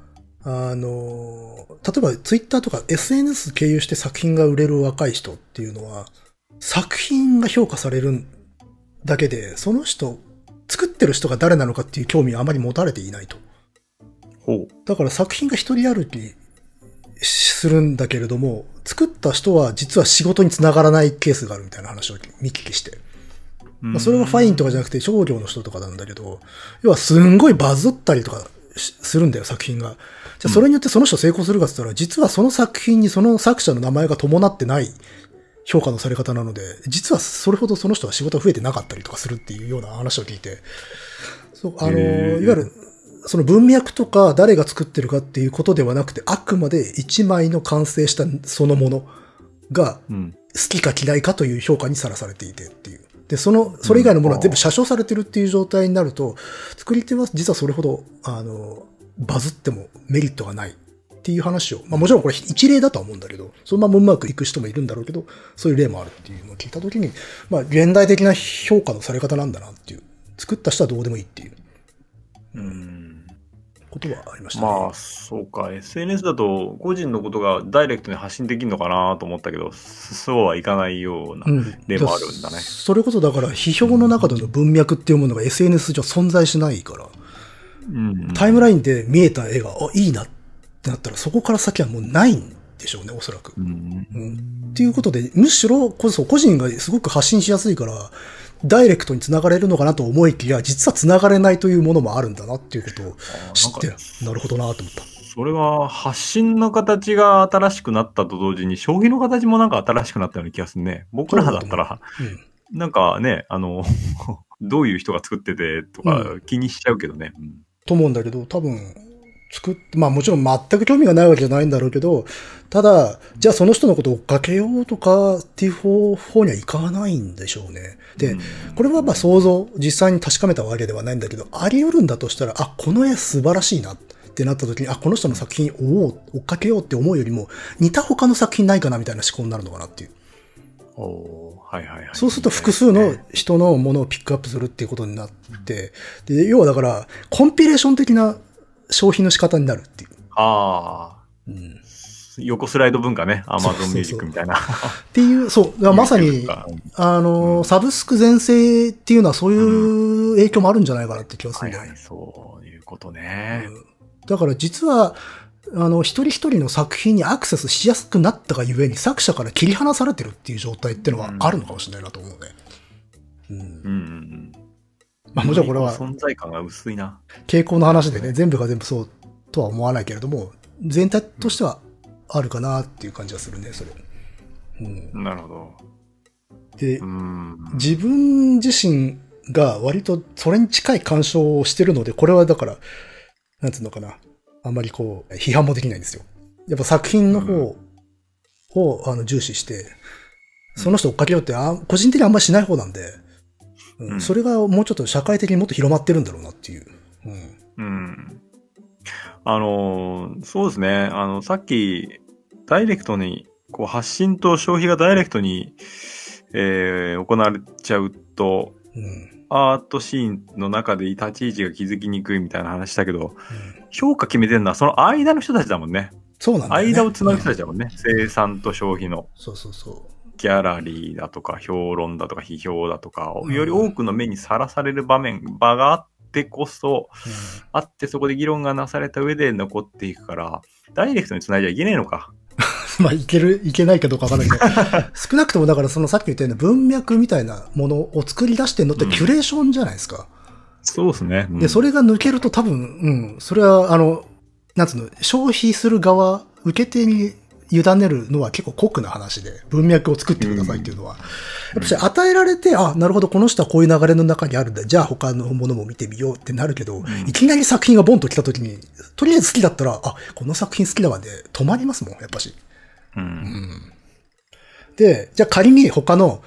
あの、例えばツイッターとか SNS 経由して作品が売れる若い人っていうのは、作品が評価されるだけで、その人、作ってる人が誰なのかっていう興味はあまり持たれていないと。
ほう。
だから作品が一人歩きするんだけれども、作った人は実は仕事につながらないケースがあるみたいな話を見聞きして。まあ、それがファインとかじゃなくて商業の人とかなんだけど、要はすんごいバズったりとかしするんだよ、作品が。じゃあそれによってその人成功するかって言ったら、実はその作品にその作者の名前が伴ってない評価のされ方なので、実はそれほどその人が仕事が増えてなかったりとかするっていうような話を聞いて、そう、あの、
へー
いわゆる、その文脈とか誰が作ってるかっていうことではなくて、あくまで一枚の完成したそのものが、
うん。
好きか嫌いかという評価にさらされていてっていう。で、その、それ以外のものは全部写真されてるっていう状態になると、作り手は実はそれほど、あの、バズってもメリットがないっていう話を、まあもちろんこれ一例だとは思うんだけど、そのままうまくいく人もいるんだろうけど、そういう例もあるっていうのを聞いたときに、まあ現代的な評価のされ方なんだなっていう、作った人はどうでもいいっていう
うん。
ことはありましたね。
まあ、そうか。SNS だと、個人のことがダイレクトに発信できるのかなと思ったけど、そうはいかないような。
うん
例もあるんだね
それこそだから、批評の中での文脈っていうものが SNS 上存在しないから、
うん
タイムラインで見えた絵が、あ、いいなってなったら、そこから先はもうないんでしょうね、おそらく
う。ん。
うん。っていうことで、むしろこそ個人がすごく発信しやすいから、ダイレクトに繋がれるのかなと思いきや、実は繋がれないというものもあるんだなっていうことを知って、
なん
な
か
るほどなと思った。
それは発信の形が新しくなったと同時に、将棋の形もなんか新しくなったような気がするね。僕らだったら、
うん。
なんかね、あの、 *laughs* どういう人が作っててとか気にしちゃうけどね。うん
と思うんだけど、多分、作って、まあもちろん全く興味がないわけじゃないんだろうけど、ただ、じゃあその人のことを追っかけようとかっていう方方にはいかないんでしょうね。で、これはまあ想像、実際に確かめたわけではないんだけど、あり得るんだとしたら、あ、この絵素晴らしいなってなった時に、あ、この人の作品を追おう追っかけようって思うよりも、似た他の作品ないかなみたいな思考になるのかなっていう。
おーはいはいはい。
そうすると複数の人のものをピックアップするっていうことになって、で、要はだから、コンピレーション的な消費の仕方になるっていう。
ああ、
うん、っ
横スライド文化ね。
*laughs*
アマゾンミュージックみたいな。
ていう、そう、だからまさに、
は
あ
う
の、
ん
サブスク全盛っていうのはそういう影響もあるんじゃないかなって気がするん
い
だよ
は
ね
い、。そういうことね。
だから実は、あの、一人一人の作品にアクセスしやすくなったがゆえに作者から切り離されてるっていう状態っていうのはあるのかもしれないなと思うね。うん
う。んうんうん。
まあもちろんこれは
存在感が薄いな。
傾向の話でね、全部が全部そうとは思わないけれども、全体としてはあるかなっていう感じがするね、それ。うん。
なるほど。
で
う、ん。
自分自身が割とそれに近い干渉をしてるので、これはだから、なんつうのかな。あんまりこう、批判もできないんですよ。やっぱ作品の方を、あの重視して、その人追っかけようって、あ個人的にあんまりしない方なんで、うん
うん
それがもうちょっと社会的にもっと広まってるんだろうなっていう。うん。
うん。あのー、そうですね。あの、さっき、ダイレクトに、こう、発信と消費がダイレクトに、えー行われちゃうと、
うん。
アートシーンの中で立ち位置が気づきにくいみたいな話だけど、
うん
評価決めてるのはその間の人たちだもんね。
そうなんだよね。
間をつなぐ人
うん
たちだもんね。生産と消費の
そうそうそ
ギャラリーだとか、評論だとか、批評だとかを、
うん
より多くの目にさらされる場面、場があってこそ、
う。
あってそこで議論がなされた上で残っていくから、ダイレクトに繋いじゃいけねえのか。
*laughs* まあ、いける、いけないかどうかわから
*laughs*
ないけど、少なくともだからそのさっき言ったような文脈みたいなものを作り出してんのって
うん
キュレーションじゃないですか。
そうですね。
で、そ
れ、
れが抜けると多分、うん、それはあの、なんつうの、消費する側、受け手に委ねるのは結構酷な話で、文脈を作ってくださいっていうのは。やっぱし与えられて、あ、なるほど、この人はこういう流れの中にあるんだ。じゃあ他のものも見てみようってなるけど、いきなり作品がボンと来た時に、とりあえず好きだったら、あ、この作品好きだわで、止まりますもん、やっぱし。
うん。
で、じゃあ仮に他の、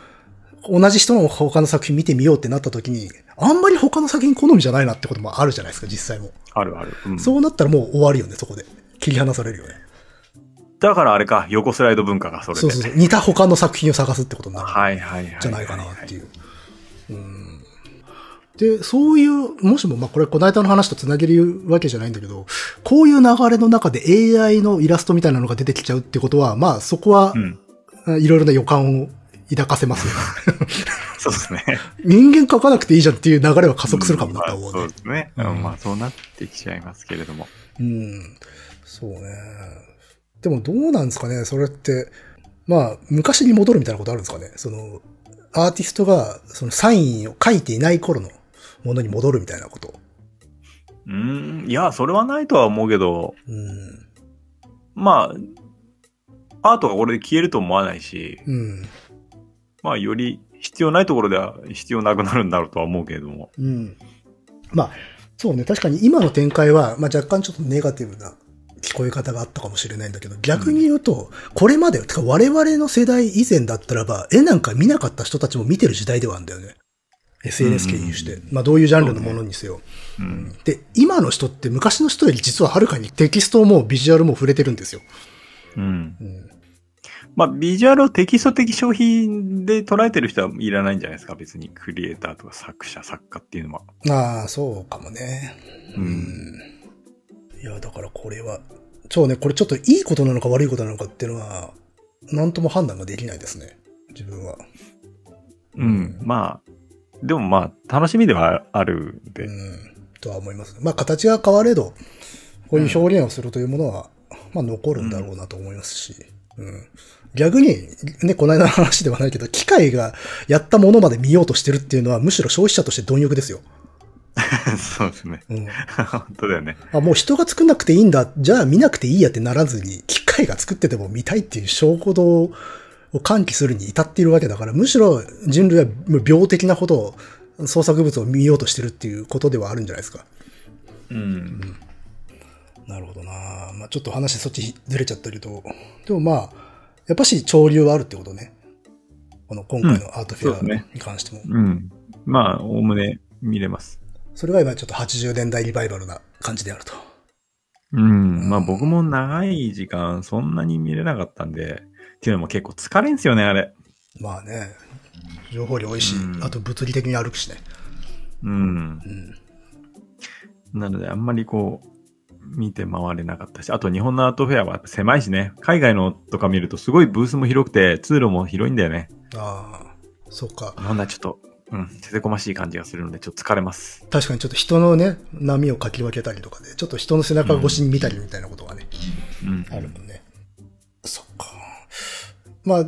同じ人の他の作品見てみようってなった時に、あんまり他の作品好みじゃないなってこともあるじゃないですか、実際も。
あるある。うん
そうなったらもう終わるよね、そこで。切り離されるよね。
だからあれか、横スライド文化がそれで。
そうそうそう。似た他の作品を探すってことになる。
はいはいはい。
じゃないかなっていう。うん、で、そういう、もしも、まあ、これ、この間の話とつなげるわけじゃないんだけど、こういう流れの中で AI のイラストみたいなのが出てきちゃうってことは、まあ、そこは
う、ん。
いろいろな予感を抱かせますよ。
そうですね。
人間描かなくていいじゃんっていう流れは加速するかもなと思う
まあそ
ね
う。ですね。
う
うんんまあそうなってきちゃいますけれども。
うん。そうね。でもどうなんですかねそれって。まあ、昔に戻るみたいなことあるんですかねその、アーティストが、そのサインを書いていない頃のものに戻るみたいなこと。
うん。いや、それはないとは思うけど、
うん。
まあ、アートがこれで消えると思わないし、
うん。
まあより必要ないところでは必要なくなるんだろうとは思うけれども。
うん。まあ、そうね。確かに今の展開は、まあ若干ちょっとネガティブな聞こえ方があったかもしれないんだけど、逆に言うと、これまで、てか我々の世代以前だったらば、絵なんか見なかった人たちも見てる時代ではあるんだよね。SNS 経由して。
う
まあどういうジャンルのものにせよ。
うん。
で、今の人って昔の人より実ははるかにテキストもビジュアルも触れてるんですよ。
うん。
うん。
まあビジュアルをテキスト的商品で捉えてる人はいらないんじゃないですか。別にクリエイターとか作者、作家っていうのは。
ああ、そうかもね。
う。
うんん。いや、だからこれは、そうね、これちょっといいことなのか悪いことなのかっていうのは、なんとも判断ができないですね。自分は。
うん。まあ、でもまあ楽しみではあるん
う
で。
ん。とは思います。まあ、形が変われど、こういう表現をするというものは、まあ、残るんだろうなと思いますし。うん。逆に、ね、この間の話ではないけど、機械がやったものまで見ようとしてるっていうのは、むしろ消費者として貪欲ですよ。
*laughs* そうですね。 *laughs*
うん。
本当だよね。
あ、もう人が作んなくていいんだ、じゃあ見なくていいやってならずに、機械が作ってても見たいっていう証拠度を喚起するに至っているわけだから、むしろ人類は病的なことを、創作物を見ようとしてるっていうことではあるんじゃないですか。
うん。
なるほどなまあちょっと話そっちずれちゃったけど、でもまあ、やっぱし潮流はあるってことね。この今回のアートフ
うん
ェ
そうですね
アに関しても。
うん。まあ、おおむね見れます。
それは今ちょっと80年代リバイバルな感じであると。
うん。まあ僕も長い時間そんなに見れなかったんで、っていうのも結構疲れんすよね、あれ。
まあね、情報量多いし、
うん
あと物理的に歩くしね。
うん。
うん。
なのであんまりこう、見て回れなかったし、あと日本のアートフェアは狭いしね、海外のとか見るとすごいブースも広くて通路も広いんだよね。
ああ、そうか。
日本だちょっと、うん、せせこましい感じがするのでちょっと疲れます。
確かにちょっと人のね、波をかき分けたりとかで、ちょっと人の背中越しに見たりみたいなことがね、
うん。
あるもんね。そっか。まあ、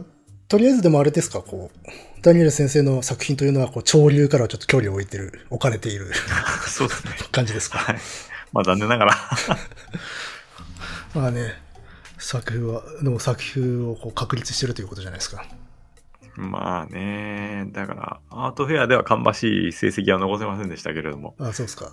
とりあえずでもあれですか、こう、ダニエル先生の作品というのは、こう、潮流からはちょっと距離を置いてる、置かれている
*laughs* そうですね。
感じです
*laughs*
か。
はい。まあ残念ながら。
*laughs* まあね、作風は、でも作風をこう確立してるということじゃないですか。
まあね、だから、アートフェアでは芳しい成績は残せませんでしたけれども。
あそうですか。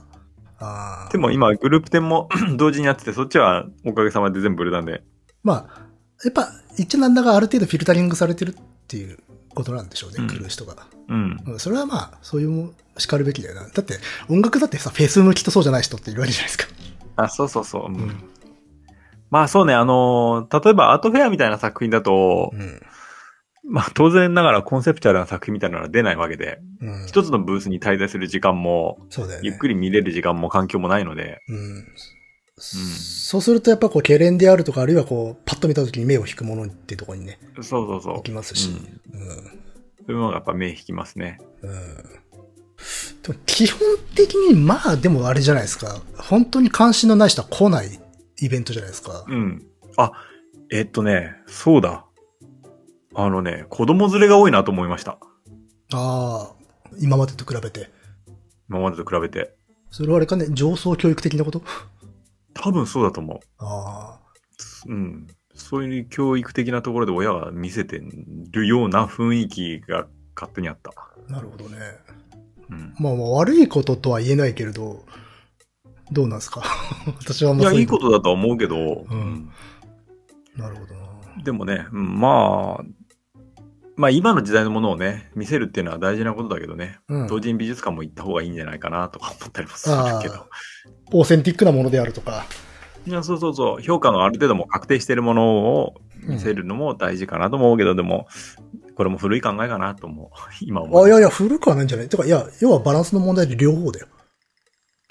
ああ。
でも今、グループ展も *clears throat* 同時にやってて、そっちはおかげさまで全部売れたんで。
まあ、やっぱ、一応なんだかある程度フィルタリングされてるっていうことなんでしょうね、
うん
来る人が。
うん。
うんそれはまあ、そういうも、叱るべきだよな。だって、音楽だってさ、フェス向きとそうじゃない人っているわけじゃないですか。
あ、そうそうそう。うん
うん
まあそうね、あのー例えばアートフェアみたいな作品だと、
ん。
まあ当然ながらコンセプチュアルな作品みたいなのは出ないわけで、
うん。
一つのブースに滞在する時間も、
そうだよね。
ゆっくり見れる時間も環境もないので、
うん。そうすると、やっぱこう、ケレンであるとか、あるいはこう、パッと見た時に目を引くものっていうところにね、
そうそうそう。
行きますし
うん。
うん。
そういうのがやっぱ目引きますね。
うん。でも基本的に、まあ、でもあれじゃないですか。本当に関心のない人は来ないイベントじゃないですか。
うん。あ、えっとね、そうだ。あのね、子供連れが多いなと思いました。
ああ、今までと比べて。
今までと比べて。
それはあれかね、上層教育的なこと
多分そうだと思
ああ。
う。うん。そういう教育的なところで親は見せてるような雰囲気が勝手にあった。
なるほどね。
うん。
まあまあ悪いこととは言えないけれど、どうなんですか *laughs* 私はあん
い
ま
や、
そう
い
いう
いことだとは思うけど、
うんなるほどな。
でもね、うんまあ、まあ今の時代のものをね、見せるっていうのは大事なことだけどね、
うん。
同人美術館も行った方がいいんじゃないかなとか思ったりもする
あ
け
あ
ど。、
オーセンティックなものであるとか。
いや、そうそうそう、評価のある程度も確定しているものを見せるのも大事かなと思うけど、でも、これも古い考えかなと思う。今思う。
あ、いやいや、古くはないんじゃないてか、いや、要はバランスの問題で両方だよ。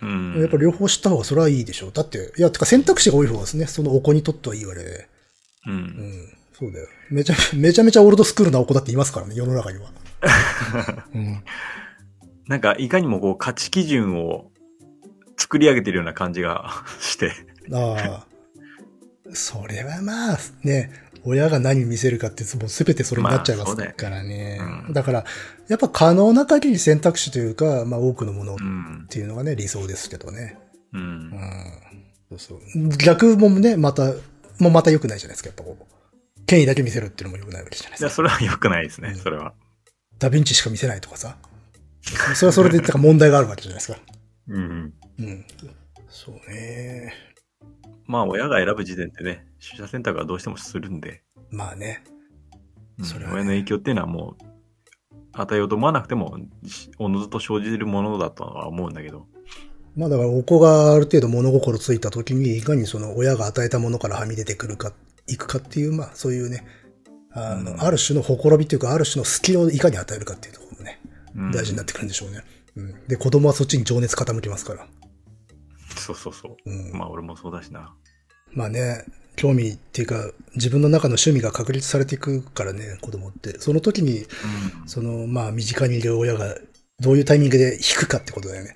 うん。
やっぱ両方知った方がそれはいいでしょう。だって、いや、てか選択肢が多い方がですね、そのお子にとってはいいわれ。
う。
うんん。そうだよ。めちゃ、めちゃめちゃオールドスクールなお子だっていますからね、世の
*laughs*
中には。うん。
なんか、いかにもこう、価値基準を作り上げてるような感じが *laughs* して。
ああ。それはまあ、ね、親が何見せるかって、もう全てそれになっちゃいま
まあそ
す
うだよ
からね。
うん
だから、やっぱ可能な限り選択肢というか、まあ多くのものっ
うん。
ていうのがね、理想ですけどね。
う。
うんんそうそう。逆もね、また、もうまた良くないじゃないですか、やっぱこう。権威だけ見せるっていうのも良くないわけじゃな
い
いです
や、
か。
それは良くないです
う
ね、
ん
それは。
ダヴィンチしか見せないとかさ。それはそれで、だから問題があるわけじゃないですか。
うん。
うん。そうね。
まあ、親が選ぶ時点でね、取捨選択はどうしてもするんで、
まあね。
うん
それはね
親の影響っていうのはもう、与えようと思わなくても、しおのずと生じるものだとは思うんだけど。
まあだから、お子がある程度物心ついた時に、いかにその親が与えたものからはみ出てくるか、いくかっていう、まあそういうね、あの、
うん
ある種のほころびというか、ある種の隙をいかに与えるかっていうところもね、
うん
大事になってくるんでしょうね。うん。で、子供はそっちに情熱傾きますから。
そうそうそう。
うん。
まあ、俺もそうだしな。
まあね、興味っていうか、自分の中の趣味が確立されていくからね、子供って。その時に、
うん
その、まあ、身近にいる親が、どういうタイミングで引くかってことだよね。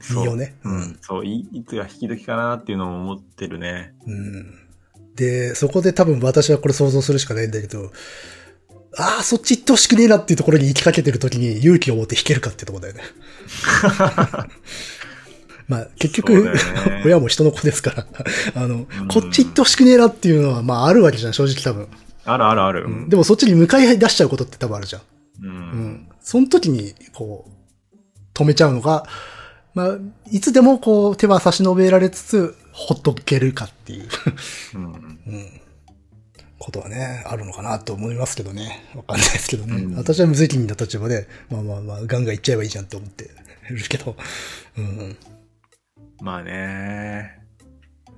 そう
身をね。
う。ん。そう、いいつが引き時かなっていうのも思ってるね。
うん。で、そこで多分私はこれ想像するしかないんだけど、ああ、そっち行ってほしくねえなっていうところに行きかけてる時に勇気を持って引けるかってと
*laughs*
こだよね。まあ、結
そ
局、
うだよね
*laughs* 親も人の子ですから、 *laughs* あの、
うん
こっち行ってほしくねえなっていうのは、まあ、あるわけじゃん、正直多分。
あるあるある。う
でもそっちに向かい出しちゃうことって多分あるじゃん。
う。
うんん。その時に、こう、止めちゃうのが、まあ、いつでもこう、手は差し伸べられつつ、ほっとけるかっていう、
うん。
うん。ことはね、あるのかなと思いますけどね。わかんないですけどね。
うん
私は無責任な立場で、まあまあまあ、ガンガンいっちゃえばいいじゃんって *laughs* 思ってるけど、うん。
まあね。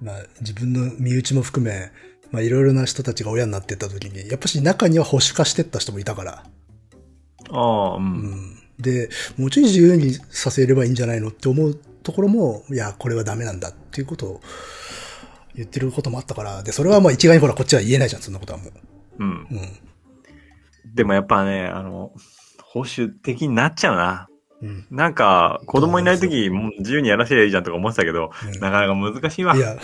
まあ、自分の身内も含め、まあ、いろいろな人たちが親になってった時に、やっぱし中には保守化してった人もいたから、
ああ、う。
うんんで、もうちょい自由にさせればいいんじゃないのって思うところも、いや、これはダメなんだっていうことを言ってることもあったから、で、それはまあ一概にほらこっちは言えないじゃん、そんなことはもう。
うん。
うん。
でもやっぱね、あの、保守的になっちゃうな。
うん。
なんか、子供いないとき、もう自由にやらせりゃいいじゃんとか思ってたけど、
うん
なかなか難しいわ。
いや、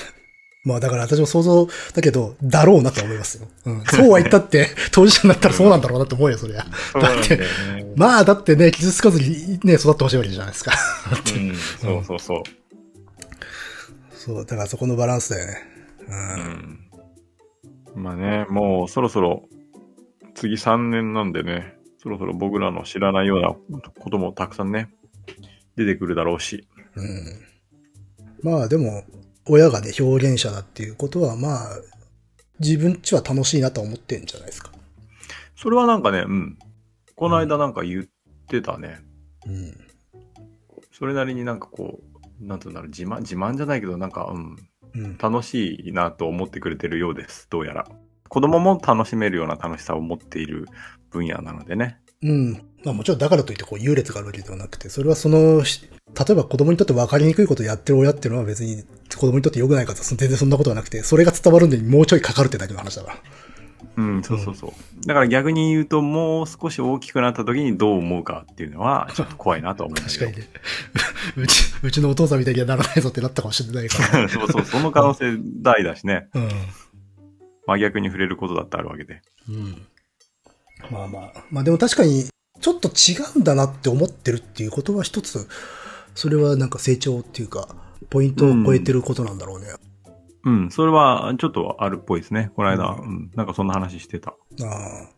まあだから私も想像だけど、だろうなとは思いますよ。うん。そうは言ったって、当事者になったらそうなんだろうなって思うよ、そりゃ。
そうなんだよね。
まあだってね、傷つかずにね、育ってほしいわけじゃないですか。
うん、そうそうそう。
そう、だからそこのバランスだよね。
う
うん。
ん。まあね、もうそろそろ、次3年なんでね、そろそろ僕らの知らないようなこともたくさんね、出てくるだろうし。
うんまあでも、親がね、表現者だっていうことは、まあ、自分ちは楽しいなとは思ってんじゃないですか。
それはなんかね、うん。この間なんか言ってたね。
うん。
それなりになんかこう、なんていうんだろう、自慢、自慢じゃないけど、なんか、うん、
うん。
楽しいなと思ってくれてるようです、どうやら。子供も楽しめるような楽しさを持っている分野なのでね。
うん。まあもちろんだからといってこう優劣があるわけではなくて、それはその、し例えば子供にとって分かりにくいことをやってる親っていうのは別に子供にとって良くないからそ全然そんなことはなくて、それが伝わるんでもうちょいかかるってだけの話だから。
うん、そうそうそう。だから逆に言うと、もう少し大きくなった時にどう思うかっていうのは、ちょっと怖いなとは思うんだけ
確
ど
かにね。 *laughs* うち、うちのお父さんみたいにはならないぞってなったかもしれないか
*laughs*
ら。
そうそう、その可能性大だしね。
うん。
真逆に触れることだってあるわけで。
*laughs* うん。まあまあ。まあでも確かに、ちょっと違うんだなって思ってるっていうことは一つ、それはなんか成長っていうか、ポイントを超えてることなんだろうね。
うん、それはちょっとあるっぽいですね。この間、うん、なんかそんな話してた。
ああ。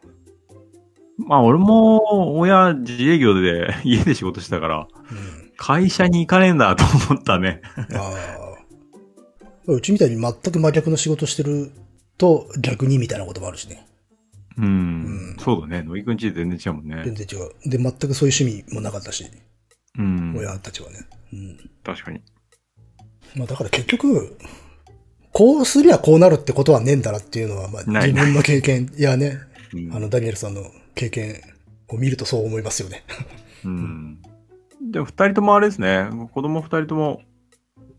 まあ俺も、親自営業で家で仕事してたから、
うん。
会社に行かねえんだと思ったね。
ああ。うちみたいに全く真逆の仕事してると逆にみたいなこともあるしね。
うん。
うん
そうだね。野木くんち全然違うもん
全
ね。
然違う。で、全くそういう趣味もなかったし、
うん。
親たちはね。うん。
確かに。
まあだから結局、こうすりゃこうなるってことはねえんだなっていうのは、まあ
ない
自分の経
*laughs*
験、いやね、
うん
あの、ダニエルさんの経験を見るとそう思いますよね。
うん。でも二人ともあれですね。子供二人とも、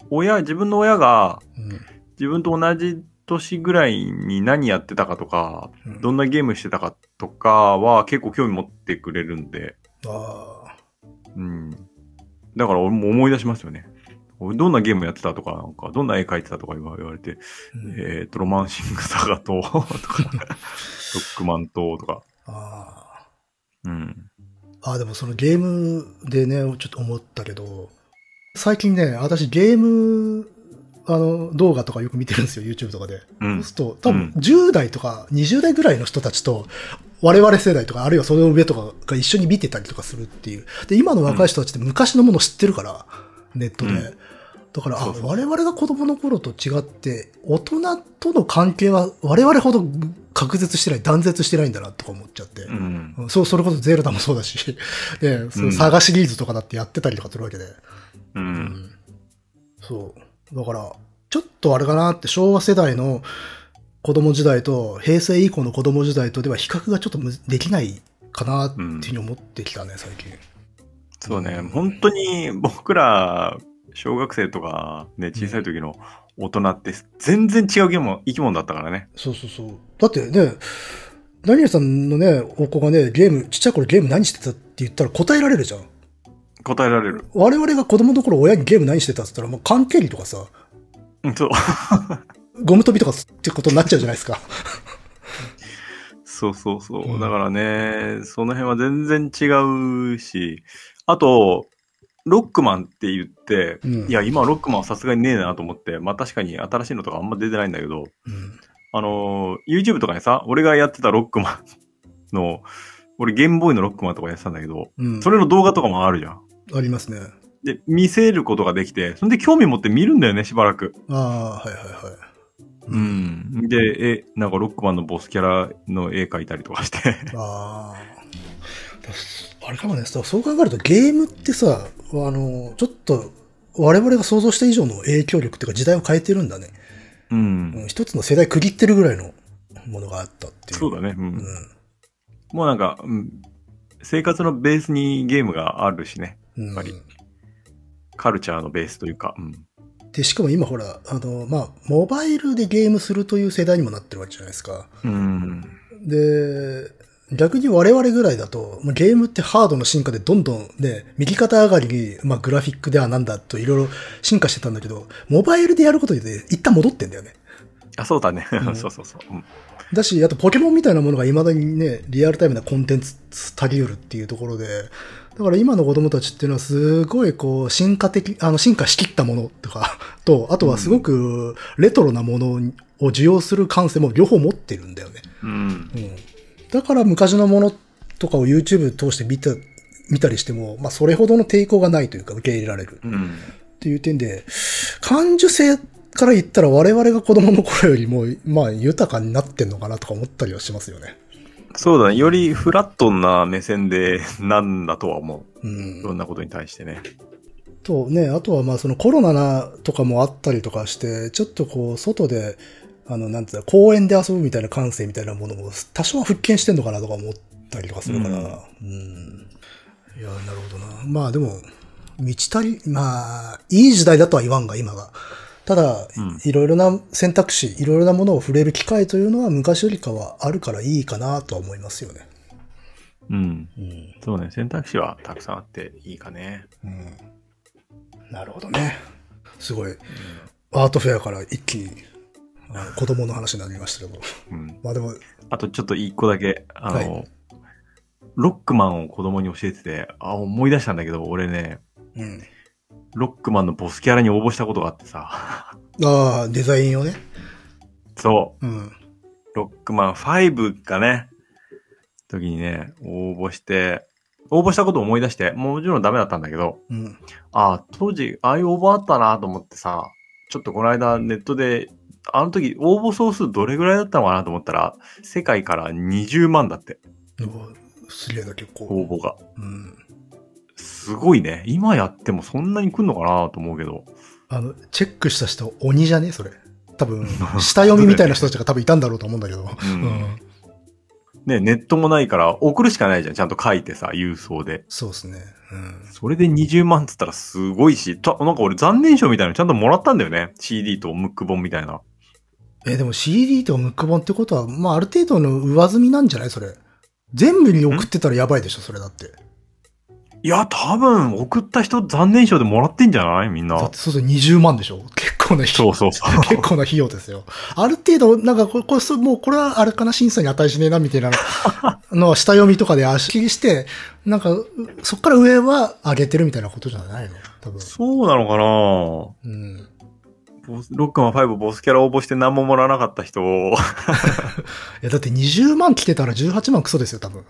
親、自分の親が
うん。
自分と同じ年ぐらいに何やってたかとか、
うん
どんなゲームしてたかとかは結構興味持ってくれるんで、
ああ。
うん。だから俺も思い出しますよね。俺どんなゲームやってたとか、なんか、どんな絵描いてたとか言わ言われて、
うん
えっ、と、ロマンシングサガ *laughs* と、とか、ロックマンと、とか。
あ
うん。
あ。ああ、でもそのゲームでね、ちょっと思ったけど、最近ね、私ゲーム、あの、動画とかよく見てるんですよ、YouTube とかで。
う。
そうんすると、多分
う
10代とか20代ぐらいの人たちと、我々世代とか、あるいはその上とかが一緒に見てたりとかするっていう。で、今の若い人たちって昔のもの知ってるから、ネットで。
うん
だから、あ
そうそう
我々が子供の頃と違って、大人との関係は我々ほど確絶してない、断絶してないんだなとか思っちゃって。
うん。
うんそう、それこそゼルダもそうだし、ね、そうの
ん
サガシリーズとかだってやってたりとかするわけで。
う。
うんんそう。だから、ちょっとあれかなって、昭和世代の子供時代と、平成以降の子供時代とでは比較がちょっとむできないかなっていうふうに思ってきたね、最近。
そうね。本当に僕ら、小学生とか、ね、小さい時の大人って、全然違うゲーム、生き物だったからね。
そうそうそう。だってね、ダニエルさんのね、お子がね、ゲーム、ちっちゃい頃ゲーム何してたって言ったら答えられるじゃん。
答えられる。
我々が子供の頃親にゲーム何してたって言ったら、もう缶蹴りとかさ、
うんそう。
ゴム跳びとかってことになっちゃうじゃないです *laughs* か。
そうそうそうう。
ん
だからね、その辺は全然違うし、あと、ロックマンって言って、
うん
いや、今ロックマンはさすがにねえなと思って、まあ確かに新しいのとかあんま出てないんだけど、
うん。
あのー、YouTube とかにさ、俺がやってたロックマンの、俺ゲームボーイのロックマンとかやってたんだけど、
うん。
それの動画とかもあるじゃん。
ありますね。
で、見せることができて、それで興味持って見るんだよね、しばらく。
ああ、はいはいはい。
うん。で、え、なんかロックマンのボスキャラの絵描いたりとかして。
ああ。あれかもね、そうそう考えるとゲームってさ、あの、ちょっと我々が想像した以上の影響力っていうか時代を変えてるんだね。
うん
うん一つの世代区切ってるぐらいのものがあったっていう。
そうだね。う。
うんん。
もうなんか、うん、生活のベースにゲームがあるしね。
うん、
やっぱりカルチャーのベースというか。うん。
で、しかも今ほら、あの、まあ、モバイルでゲームするという世代にもなってるわけじゃないですか。
うん。
で、逆に我々ぐらいだと、もうゲームってハードの進化でどんどんね、右肩上がりに、まあ、グラフィックではなんだといろいろ進化してたんだけど、モバイルでやることで一旦戻ってんだよね。
あ、そうだね。
うん
*laughs* そうそうそう。うん
だし、あとポケモンみたいなものが未だにね、リアルタイムなコンテンツ足り得るっていうところで、だから今の子供たちっていうのはすごいこう、進化的、あの、進化しきったものとか、と、あとはすごくレトロなものを需要する感性も両方持ってるんだよね。
うん。
うん、だから昔のものとかを YouTube 通して見た見たりしても、まあ、それほどの抵抗がないというか受け入れられる
うん。
っていう点で感受性から言ったら我々が子供の頃よりも、まあ、豊かになってんのかなとか思ったりはしますよね。
そうだね。よりフラットな目線で *laughs* なんだとは思
う
う。い
ん
ろんなことに対してね。
とね、あとはまあそのコロナなとかもあったりとかして、ちょっとこう外で、あの、なんつうの、公園で遊ぶみたいな感性みたいなものも多少は復権してんのかなとか思ったりとかするから、う
うん
ん。いや、なるほどな。まあでも、満ち足り、まあ、いい時代だとは言わんが、今が。ただ、
うん
いろいろな選択肢、いろいろなものを触れる機会というのは昔よりかはあるからいいかなとは思いますよね。
うん。
うん。
そうね。選択肢はたくさんあっていいかね。
うんなるほどね。すごい、アートフェアから一気にあの子供の話になりましたけど。
うん。
まあでも、
あとちょっと一個だけ、あの、
は
ロックマンを子供に教えてて、あ、思い出したんだけど、俺ね、
うん。
ロックマンのボスキャラに応募したことがあってさ。 *laughs*
ああ、デザインをね。
そう。
うん。
ロックマン5かね、時にね、応募して、応募したことを思い出して、もちろんダメだったんだけど、
うん。
ああ、当時、ああいう応募あったなと思ってさ、ちょっとこの間ネットで、あの時応募総数どれぐらいだったのかなと思ったら、世界から20万だって、
おすげえな、結構。
応募が。
うん。
すごいね。今やってもそんなに来んのかなと思うけど。
あの、チェックした人、鬼じゃねそれ。多分、 *laughs* 下読みみたいな人たちが多分いたんだろうと思うんだけど。
う
うんん。
ね、ネットもないから送るしかないじゃん。ちゃんと書いてさ、郵送で。
そうですね。うん。
それで20万っつったらすごいし、たなんか俺残念賞みたいなのちゃんともらったんだよね。CD とムック本みたいな。
えーでも CD とかムック本ってことは、まあ、ある程度の上積みなんじゃないそれ。全部に送ってたらやばいでしょそれだって。
いや、多分送った人残念賞でもらってんじゃないみん
だっ
な
て。そうすると20万でしょ結構な費
そ
用。
うそうそう。
結構な費用ですよ。ある程度、なんかこれ、これそう、もうこれはあれかな、審査に値しねえな、みた
*laughs*
いなのの、下読みとかで足切りして、なんか、うそっから上は上げてるみたいなことじゃないの多分。
そうなのかな
うん。
ボスロックマン5ボスキャラ応募して何ももらわなかった人を、 *laughs*
いや、だって20万来てたら18万クソですよ、
*laughs*
多分。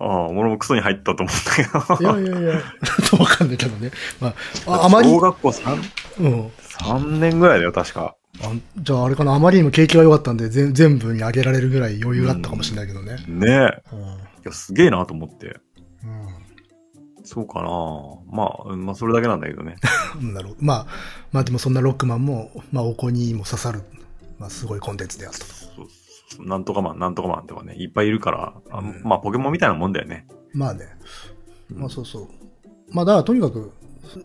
ああ、俺もクソに入ったと思った
い
けど。
やいやいや、なんとわかんないけどね。まあ、
*laughs*
ああまり、
小
う
学校 3,
ん。
3年ぐらいだよ、確か。
あじゃああれかな、あまりにも景気が良かったんで、全全部に上げられるぐらい余裕があったかもしれないけどね。
ねえ。
うん。
いや、すげえなと思って。
うん
そうかなまあ、うんまあ、それだけなんだけ
*laughs*
どね。
なんだろう。まあ、まあでもそんなロックマンも、まあお子にも刺さる、まあすごいコンテンツであったと。
そうそうなんとかマン、なんとかマンとかね、いっぱいいるから、あ
うん
まあ、ポケモンみたいなもんだよね。
まあね。まあ
う
そうそう。まあだからとにかく、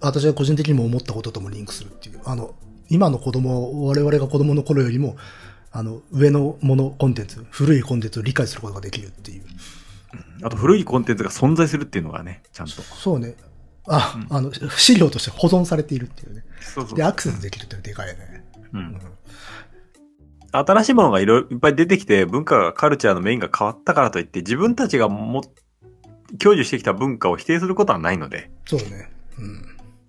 私が個人的にも思ったことともリンクするっていう。あの、今の子供、我々が子供の頃よりも、あの、上のもの、コンテンツ、古いコンテンツを理解することができるってい
ん
う。
あと、古いコンテンツが存在するっていうのがね、ちゃんと。
そうね。あ、あの、資料として保存されているっていうね。
そうそう
で、アクセスできるっていうのはでかいね。
う
うん
ん。新しいものがいろいろいっぱい出てきて、文化が、カルチャーのメインが変わったからといって、自分たちがも、享受してきた文化を否定することはないので、
そうね。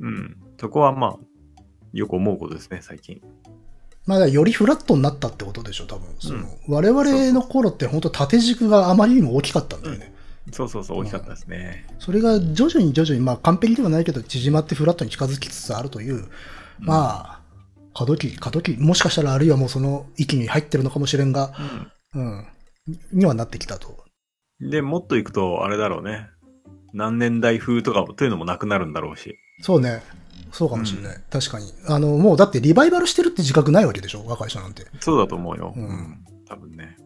うん。
うん。そこはまあ、よく思うことですね、最近。
まあ、よりフラットになったってことでしょ、多分。その、我々の頃って本当縦軸があまりにも大きかったんだよね。
そうそうそう、大きかったですね。
それが徐々に徐々に、まあ完璧ではないけど、縮まってフラットに近づきつつあるという、まあ、過渡期、過渡期、もしかしたらあるいはもうその域に入ってるのかもしれんが、
うん。
うん、にはなってきたと。
で、もっと行くと、あれだろうね。何年代風とかも、というのもなくなるんだろうし。
そうね。そうかもしれない。確かに。あの、もうだってリバイバルしてるって自覚ないわけでしょ、若い人なんて。
そうだと思うよ。
うん
多分ね。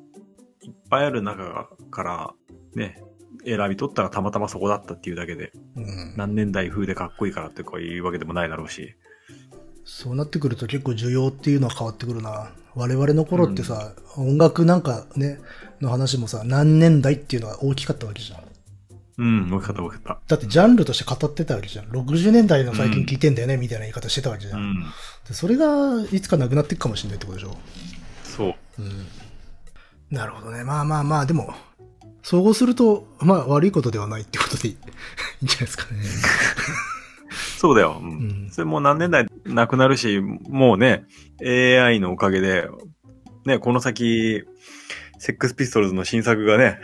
いっぱいある中から、ね、選び取ったらたまたまそこだったっていうだけで、
うん。
何年代風でかっこいいからってこういうわけでもないだろうし。
そうなってくると結構需要っていうのは変わってくるな。我々の頃ってさ、音楽なんかね、の話もさ、何年代っていうのは大きかったわけじゃん。
うん、大きかった大きかっ
だってジャンルとして語ってたわけじゃん。60年代の最近聞いてんだよね、みたいな言い方してたわけじゃ。
た。うんん。
でそれがいつかなくなっていくかもしれないってことでしょ。
そう。
うん。なるほどね。まあまあまあ、でも、総合すると、まあ悪いことではないってことでいいいいんじゃないですかね。
そうだよ。うん。
うん
それもう何年代なくなるし、もうね、AI のおかげで、ね、この先、セックスピストルズの新作がね、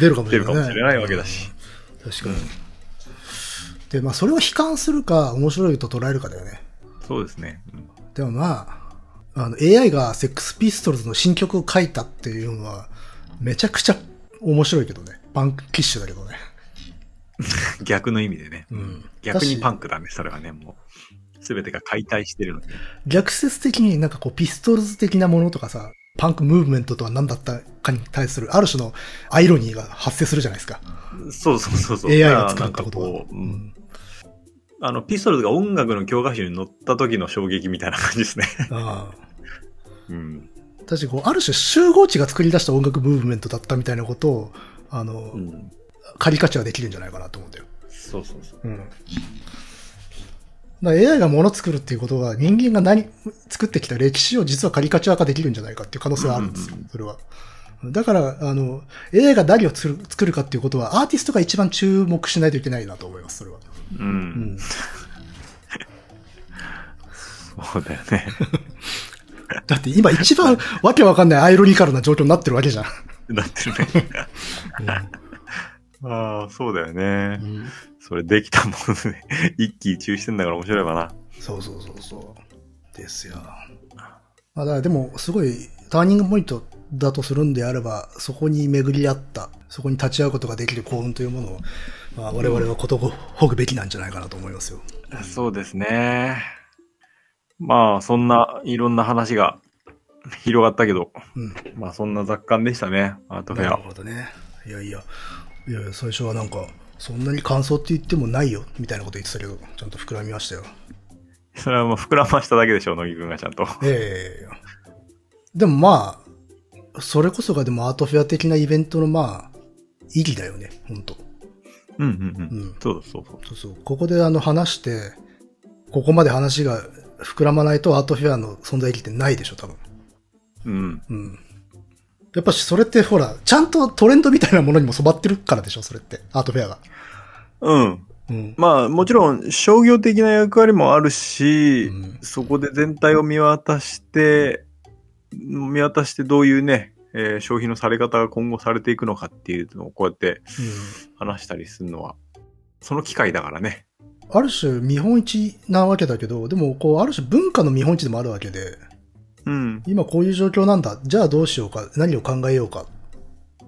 出るかもし
出
れ
る
な
か
い、
もしれないわけだし。
確かに。で、まあ、それを悲観するか、面白いと捉えるかだよね。
そうですね。うん
でもまあ、あの、AI がセックスピストルズの新曲を書いたっていうのは、めちゃくちゃ面白いけどね。パンクキッシュだけどね。
逆の意味でね。
うん
逆にパン
だし
クだね、それはね、もう。すべてが解体してるのに。
逆説的になんかこう、ピストルズ的なものとかさ、パンクムーブメントとは何だったかに対する、ある種のアイロニーが発生するじゃないですか。
そうそうそうそう。
AI
だから
が作ったこと
なんか
は
こ。う、うん。あの、ピストルズが音楽の教科書に載った時の衝撃みたいな感じですね。
ああ
うん。
確かにこう、ある種集合地が作り出した音楽ムーブメントだったみたいなことを、あの、
うん。
カリカチュアできるんじゃないかなと思うんだよ。
そうそうそう。
うん。だから AI が物作るっていうことは人間が何、作ってきた歴史を実はカリカチュア化できるんじゃないかっていう可能性はあるんですよ
うんうんう、
それは。だから、あの、AI が何を作る作るかっていうことはアーティストが一番注目しないといけないなと思います、それは。
う。
うんん。
*laughs* そうだよね。
だって今一番わけわかんないアイロニカルな状況になってるわけじゃん。
なってるね。ああ、そうだよね。それできたもので、 *laughs* 一喜一憂してんだから面白いわな。
そうそうそうそう。ですよ。まあ、だからでも、すごいターニングポイントだとするんであれば、そこに巡り合った、そこに立ち会うことができる幸運というものを、まあ、我々はことごほぐべきなんじゃないかなと思いますよ。
そうですね。まあ、そんないろんな話が広がったけど、
うん。
まあそんな雑感でしたね、アートフ
な
ェ
る
ア。
ほどね。いやいや、いやいや最初はなんか、そんなに感想って言ってもないよ、みたいなこと言ってたけど、ちゃんと膨らみましたよ。
それはもう膨らましただけでしょ、乃木くんがちゃんと。
ええでもまあ、それこそがでもアートフェア的なイベントのまあ、意義だよね、本当
うんうん
う
うん。
ん。
そうだそうそう。
そうそう。ここであの話して、ここまで話が膨らまないとアートフェアの存在意義ってないでしょ、多分。
うん。
うん。やっぱしそれってほら、ちゃんとトレンドみたいなものにも染まってるからでしょ、それって。アートフェアが。
うん。
うん。
まあもちろん商業的な役割もあるし、
うん
そこで全体を見渡して、見渡してどういうね、えー消費のされ方が今後されていくのかっていうのをこうやって話したりするのは、その機会だからね。
ある種見本市なわけだけど、でもこう、ある種文化の見本市でもあるわけで、
うん。
今こういう状況なんだ。じゃあどうしようか。何を考えようか。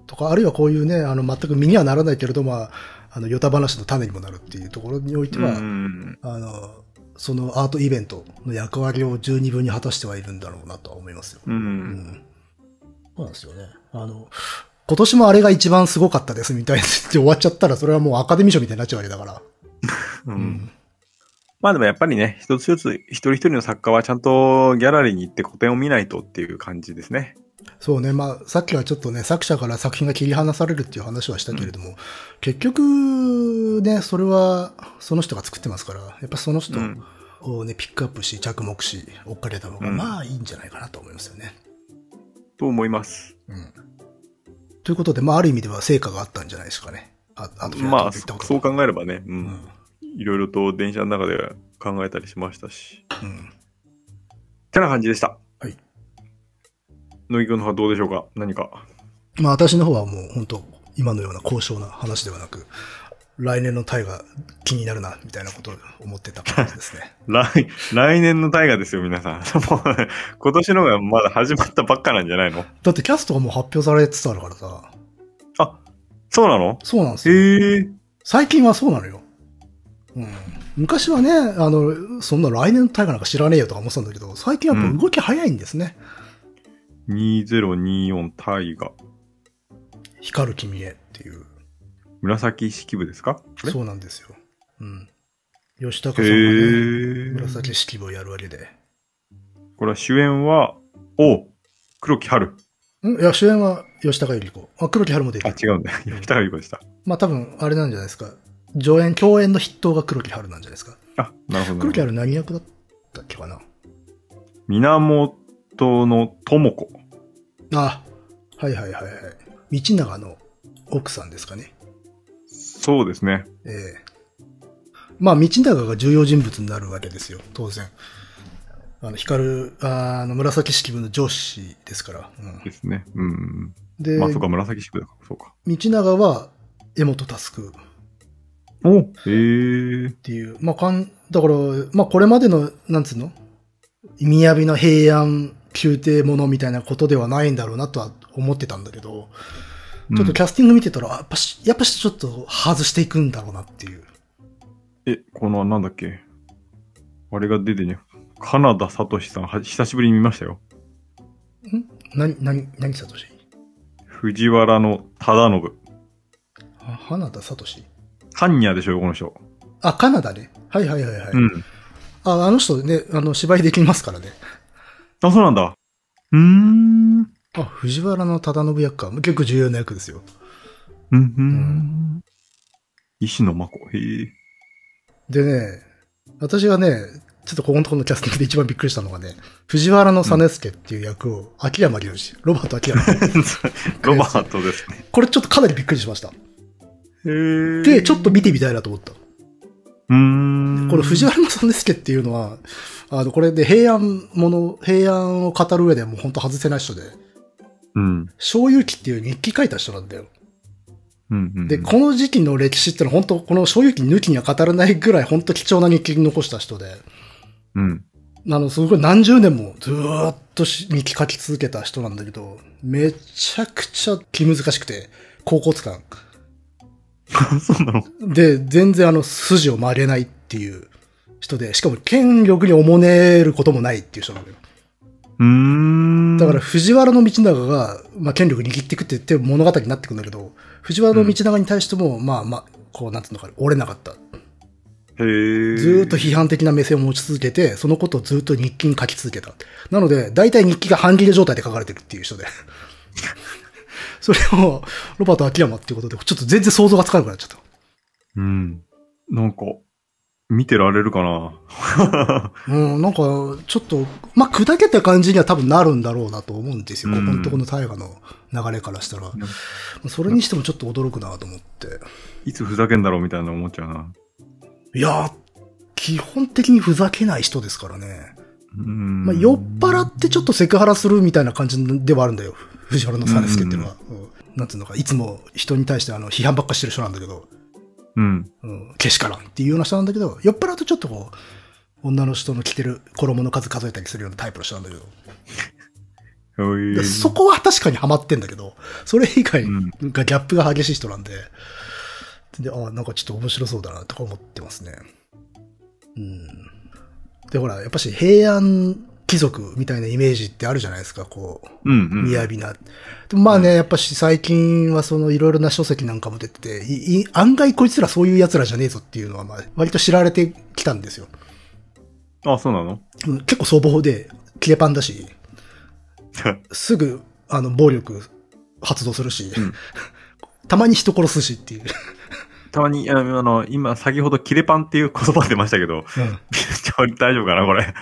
とか、あるいはこういうね、あの、全く身にはならないけれども、まああの、ヨタ話の種にもなるっていうところにおいて
うんう
は、
ん
あの、そのアートイベントの役割を十二分に果たしてはいるんだろうなとは思いますよ。
うん。う。
うんん。そうなんですよね。あの、今年もあれが一番すごかったですみたいなって終わっちゃったら、それはもうアカデミー賞みたいになっちゃうわけだから。
う。
うん
まあでもやっぱりね、一つ一つ一人一人の作家はちゃんとギャラリーに行って古典を見ないとっていう感じですね。
そうね、まあ、さっきはちょっとね、作者から作品が切り離されるっていう話はしたけれども、結局、ね、それは、その人が作ってますから、やっぱその人
うん
をね、ピックアップし、着目し、追っかけた方が、
うん
まあ、いいんじゃないかなと思いますよね。
と思います。
うん。ということで、まあ、ある意味では成果があったんじゃないですかね。あ、あと、
まあ、
といったこと
そう考えればね、う。
うんん。
いろいろと電車の中で考えたりしましたし。
うん。
てな感じでした。
はい。
乃木くんの方はどうでしょうか何か。
まあ、私の方はもう、本当今のような高尚な話ではなく、来年のタイが気になるな、みたいなことを思ってた感じで
*laughs*
すね。
来、来年の大河ですよ、皆さん。 *laughs* もう、今年のがまだ始まったばっかなんじゃないの
だってキャストがもう発表されつつあるからさ。
あ、そうなの
そうなんですよ。
へえ。
最近はそうなのよ。うん。昔はね、あの、そんな来年の大河なんか知らねえよとか思ってたんだけど、最近はやっぱ動き早いんですね。
2024大河。
光る君へっていう。
紫式部ですかあれ
そうなんですよ。うん。吉高さんがね、
へえ。
紫式部をやるわけで。
これは主演は、おう黒木春。
んいや、主演は吉高由里子。あ、黒木春も出
あ、
てる。
違うんだ。
ん
吉高由里子でした。
まあ多分、あれなんじゃないですか。上演、共演の筆頭が黒木春なんじゃないですか。
あ、なるほど。
黒木春何役だったっけかな。
源の智子。
あ、はいはいはいはい。道長の奥さんですかね。
そうですね。
ええまあ、道長が重要人物になるわけですよ、当然。あの、光る、あの、紫式部の上司ですから。うん
ですね。うん。
で、
まあ、そうか、紫式部だから、そうか。
道長は江本佑っ
おへえ。
ていう、まあ、かん、だから、まあ、これまでの、なんつうの雅の平安宮廷ものみたいなことではないんだろうなとは思ってたんだけど、ちょっとキャスティング見てたら、あやっぱし、やっぱしちょっと外していくんだろうなっていう。
うんえ、この、なんだっけ。あれが出てね。カナダサトシさん、は久しぶりに見ましたよ。
な、な、何さとし
藤原の忠信。
あ花田さとし
カンニャでしょうよ、この人。
あ、カナダね。はいはいはいはい。
うん。
あ、あの人ね、あの、芝居できますからね。
あ、そうなんだ。うーん。
あ、藤原の忠信役か。結構重要な役ですよ。
うん、うんん。石野真子。へ
*laughs*
え。
でね、私がね、ちょっとここのところのキャスティングで一番びっくりしたのがね、藤原の実助っていう役を、秋山良二、ロバー
*laughs*
ト秋山。
ロバートですね。
これちょっとかなりびっくりしました。
へえ
で、ちょっと見てみたいなと思った。
うーん。
これ藤原正之助っていうのは、あの、これで平安もの、平安を語る上ではもう本当外せない人で、
うん。
小遊記っていう日記書いた人なんだよ。
うん。うん。
で、この時期の歴史ってのは本当、この小遊記抜きには語れないぐらい本当貴重な日記に残した人で、
うん。 *laughs*
あの、すごい何十年もずーっとし日記書き続けた人なんだけど、めちゃくちゃ気難しくて、高骨感。
そうなの
で、全然あの、筋を曲げないっていう人で、しかも権力におもねることもないっていう人なんだよ。
うーん。
だから、藤原道長が、まあ、権力握っていくって言って物語になってくんだけど、藤原道長に対しても、まあまあ、こう、なんつうのかな、折れなかった。
へー
ずーっと批判的な目線を持ち続けて、そのことをずーっと日記に書き続けた。なので、大体日記が半切れ状態で書かれてるっていう人で。 *laughs* それを、ロバート秋山っていうことで、ちょっと全然想像がつかなくなっちゃった。
うん。なんか、見てられるかな
うん、なんか、ちょっと、まあ、砕けた感じには多分なるんだろうなと思うんですよ。
うん
ここのとこの大河の流れからしたら。
ん
それにしてもちょっと驚くなと思って。
いつふざけんだろうみたいな思っちゃうな。
いやー、基本的にふざけない人ですからね。
うん。
まあ、酔っ払ってちょっとセクハラするみたいな感じではあるんだよ。藤原のサネスケっていうのは。うんなんつうのか、いつも人に対してあの批判ばっかしてる人なんだけど、
うん。
うん、けしからんっていうような人なんだけど、酔っ払うとちょっとこう、女の人の着てる衣の数数えたりするようなタイプの人なんだけど、
へー
でそこは確かにハマってんだけど、それ以外
うん
がギャップが激しい人なんで、で、あなんかちょっと面白そうだなとか思ってますね。うん。で、ほら、やっぱし平安貴族みたいなイメージってあるじゃないですか、こう。
うん、うん。
雅な。でもまあね、やっぱし最近はそのいろいろな書籍なんかも出てて、いい案外こいつらそういう奴らじゃねえぞっていうのはまあ割と知られてきたんですよ。
あ、そうなの *laughs*
うん結構粗暴で、切れパンだし、すぐあの暴力発動するし、
ん
*laughs* たまに人殺すしっていう。
たまに、あの、あの今、先ほど、キレパンっていう言葉出ましたけど、 *laughs* ちょ大丈夫かなこれ。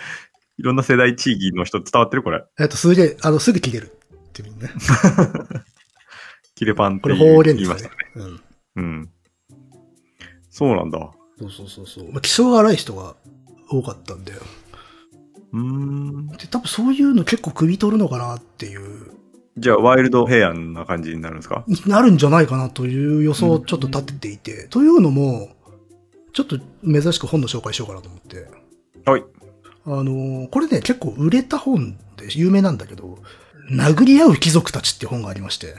いろんな世代、地域の人伝わってるこれ。
えっと、すげえ、あの、すぐ切れるっていう
*laughs*
ね。
キレパンっ
こ
てい
れ
う
方
言
言で
い
す
ま
ね
した。
うん。
うん。そうなんだ。う
そうそうそうそう。まあ、気性が荒い人が多かったんで。
ーん。
で、多分そういうの結構汲み取るのかなっていう
じゃあ、ワイルド平安な感じになるんですか
になるんじゃないかなという予想をちょっと立てていて、というのも、ちょっと珍しく本の紹介しようかなと思って。
はい。 *laughs*
あのーこれね、結構売れた本で有名なんだけど、殴り合う貴族たちって本がありまして、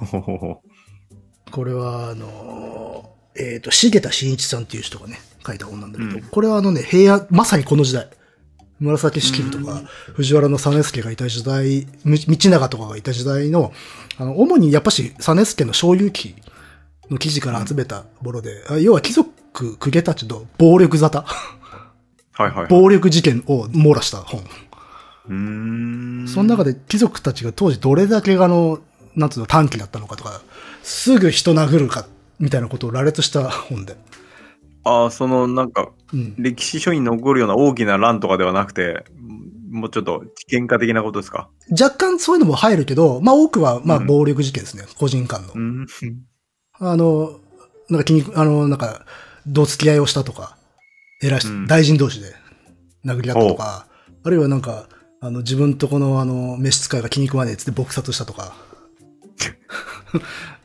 ほほほほ
これはあのーえっ、と、茂田真一さんっていう人がね、書いた本なんだけど、
うん
これはあのね、平安、まさにこの時代、紫式部とか、藤原実助がいた時代、む道長とかがいた時代の、あの、主にやっぱし実助の小遊記の記事から集めたもので、あ要は貴族、公家たちの暴力沙汰、
はいはいはい。
暴力事件を網羅した本。
うーん。
その中で貴族たちが当時どれだけあの、なんつうの、短期だったのかとか、すぐ人殴るか、みたいなことを羅列した本で。
ああ、その、なんか、
うん。
歴史書に残るような大きな乱とかではなくて、もうちょっと知見化的なことですか
若干そういうのも入るけど、まあ多くは、まあ
うん
暴力事件ですね、個人間の
う。ん。
あの、なんか気に、あの、なんか、どう付き合いをしたとか、偉い人、
うん
大臣同士で殴り合ったとか、あるいはなんか、あの、自分とこの、あの、召使いが気に食わねえっつって撲殺したと *laughs* か、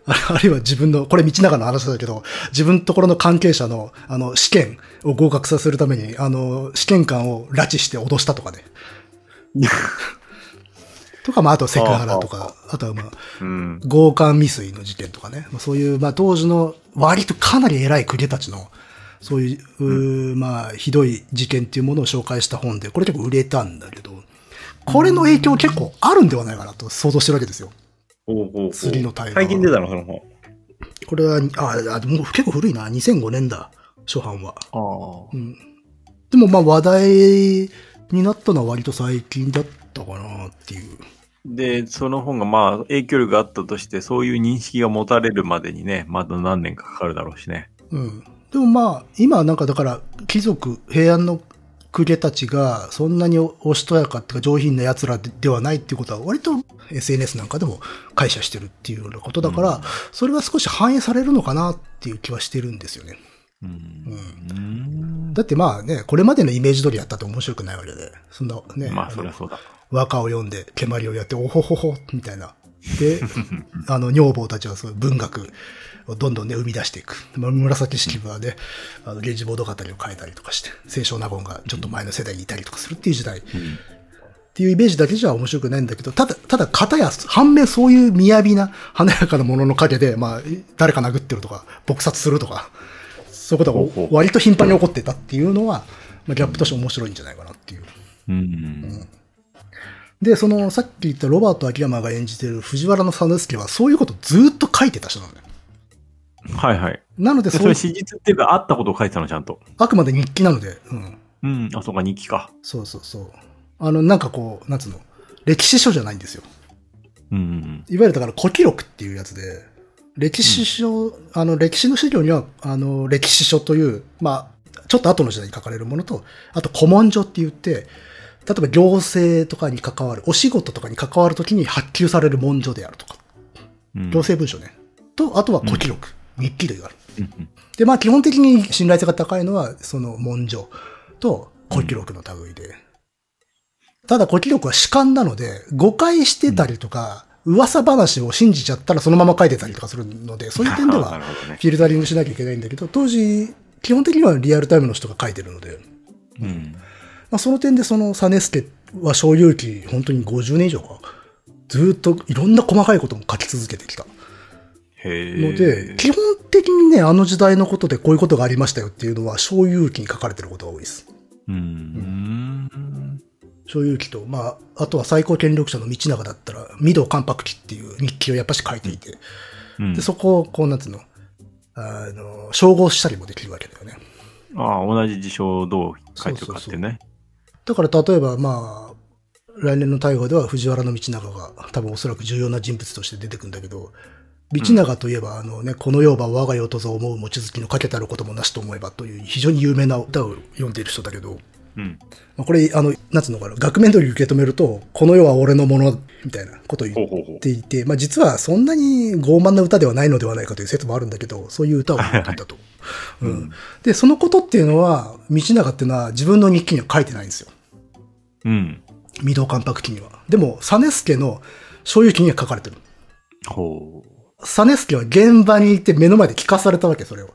あるあるいは自分の、これ道長の話だけど、自分ところの関係者の、あの、試験を合格させるために、あの、試験官を拉致して脅したとか *laughs* ね。とか、まあ、あとセクハラとか、あとはまあ、
うん。
強姦未遂の事件とかね、まあ、そういう、まあ、当時の割とかなり偉い公家たちの、そういう、うーまあ、ひどい事件っていうものを紹介した本で、これ結構売れたんだけど、これの影響結構あるんではないかなと想像してるわけですよ。
おうおうおう
次の大河
最近出たのその本。
これは、あ、あもう結構古いな、2005年だ、初版は。
あ
うん。でもまあ話題になったのは割と最近だったかなっていう。
で、その本がまあ影響力があったとして、そういう認識が持たれるまでにね、まだ何年かかかるだろうしね。
うん。でもまあ、今はなんかだから、貴族、平安の公家たちが、そんなにおしとやかっていうか上品な奴らでではないっていうことは、割と SNS なんかでも解釈してるっていうようなことだから、それが少し反映されるのかなっていう気はしてるんですよね。
う
うん
ん。
だってまあね、これまでのイメージ通りやったと面白くないわけで、そんなね、
まあ、そりゃそうだ。
和歌を読んで、蹴鞠をやって、おほほほ、みたいな。
*laughs*
で、あの、女房たちはそういう文学をどんどんね、生み出していく。まあ紫式部はね、あの、源氏物語を変えたりとかして、清少納言がちょっと前の世代にいたりとかするっていう時代。っていうイメージだけじゃ面白くないんだけど、ただ、ただ、片や、反面そういう雅な、華やかなものの陰で、まあ、誰か殴ってるとか、撲殺するとか、そういう
ほう
こと
ほ
が
う
割と頻繁に起こってたっていうのは、まあ、ギャップとして面白いんじゃないかなっていう。
うん。
で、その、さっき言ったロバート秋山が演じてる藤原の佐之助は、そういうことをずっと書いてた人なのよ。
はいはい。
なので、
で
そ
そう
い
れ
う、
史実っていうか、あったことを書いてたの、ちゃんと。
あくまで日記なので、うん。
うん。あ、そうか、日記か。
そうそうそう。あの、なんかこう、なんつうの、歴史書じゃないんですよ。
うん。
いわゆるだから古記録っていうやつで、歴史書、あの、歴史の資料には、あの、歴史書という、まあ、ちょっと後の時代に書かれるものと、あと古文書って言って、例えば行政とかに関わる、お仕事とかに関わるときに発給される文書であるとか、
うん
行政文書ね。と、あとは古記録、日記類がある。
うんうん
で、まあ基本的に信頼性が高いのは、その文書と古記録の類で。ただ古記録は主観なので、誤解してたりとか、噂話を信じちゃったらそのまま書いてたりとかするので、そういう点で
*laughs* な
は
るほどね。
フィルタリングしなきゃいけないんだけど、当時、基本的にはリアルタイムの人が書いてるので、
うん。
まあ、その点でその実助は小有記、本当に50年以上か、ずーっといろんな細かいことも書き続けてきた。
へえ。
ので、基本的にね、あの時代のことでこういうことがありましたよっていうのは、小有記に書かれてることが多いです。
うん。
小有記と、まあ、あとは最高権力者の道長だったら、御堂関白記っていう日記をやっぱし書いていて、
うん
で、そこを、こう、なんつうの、あの、照合したりもできるわけだよね。
ああ、同じ事象をどう書いてるかってね。
だから、例えば、まあ、来年の大河では藤原道長が多分おそらく重要な人物として出てくるんだけど、道長といえば、あのね、この世ば我が世とぞ思う望月のかけたることもなしと思えばという非常に有名な歌を読んでいる人だけど、
うん。
まあ、これ、あの、なんつうのかな、額面通り受け止めると、この世は俺のもの、みたいなことを
ほ
言
う
っ
ほうほう。
ていて、まあ実はそんなに傲慢な歌ではないのではないかという説もあるんだけど、そういう歌を歌っていたと。う
うん
ん、で、そのことっていうのは、道長っていうのは自分の日記には書いてないんですよ。
うん。
御堂関白記には。でも、実助の所有記には書かれてる。
ほ
実助は現場に行って目の前で聞かされたわけ、それを。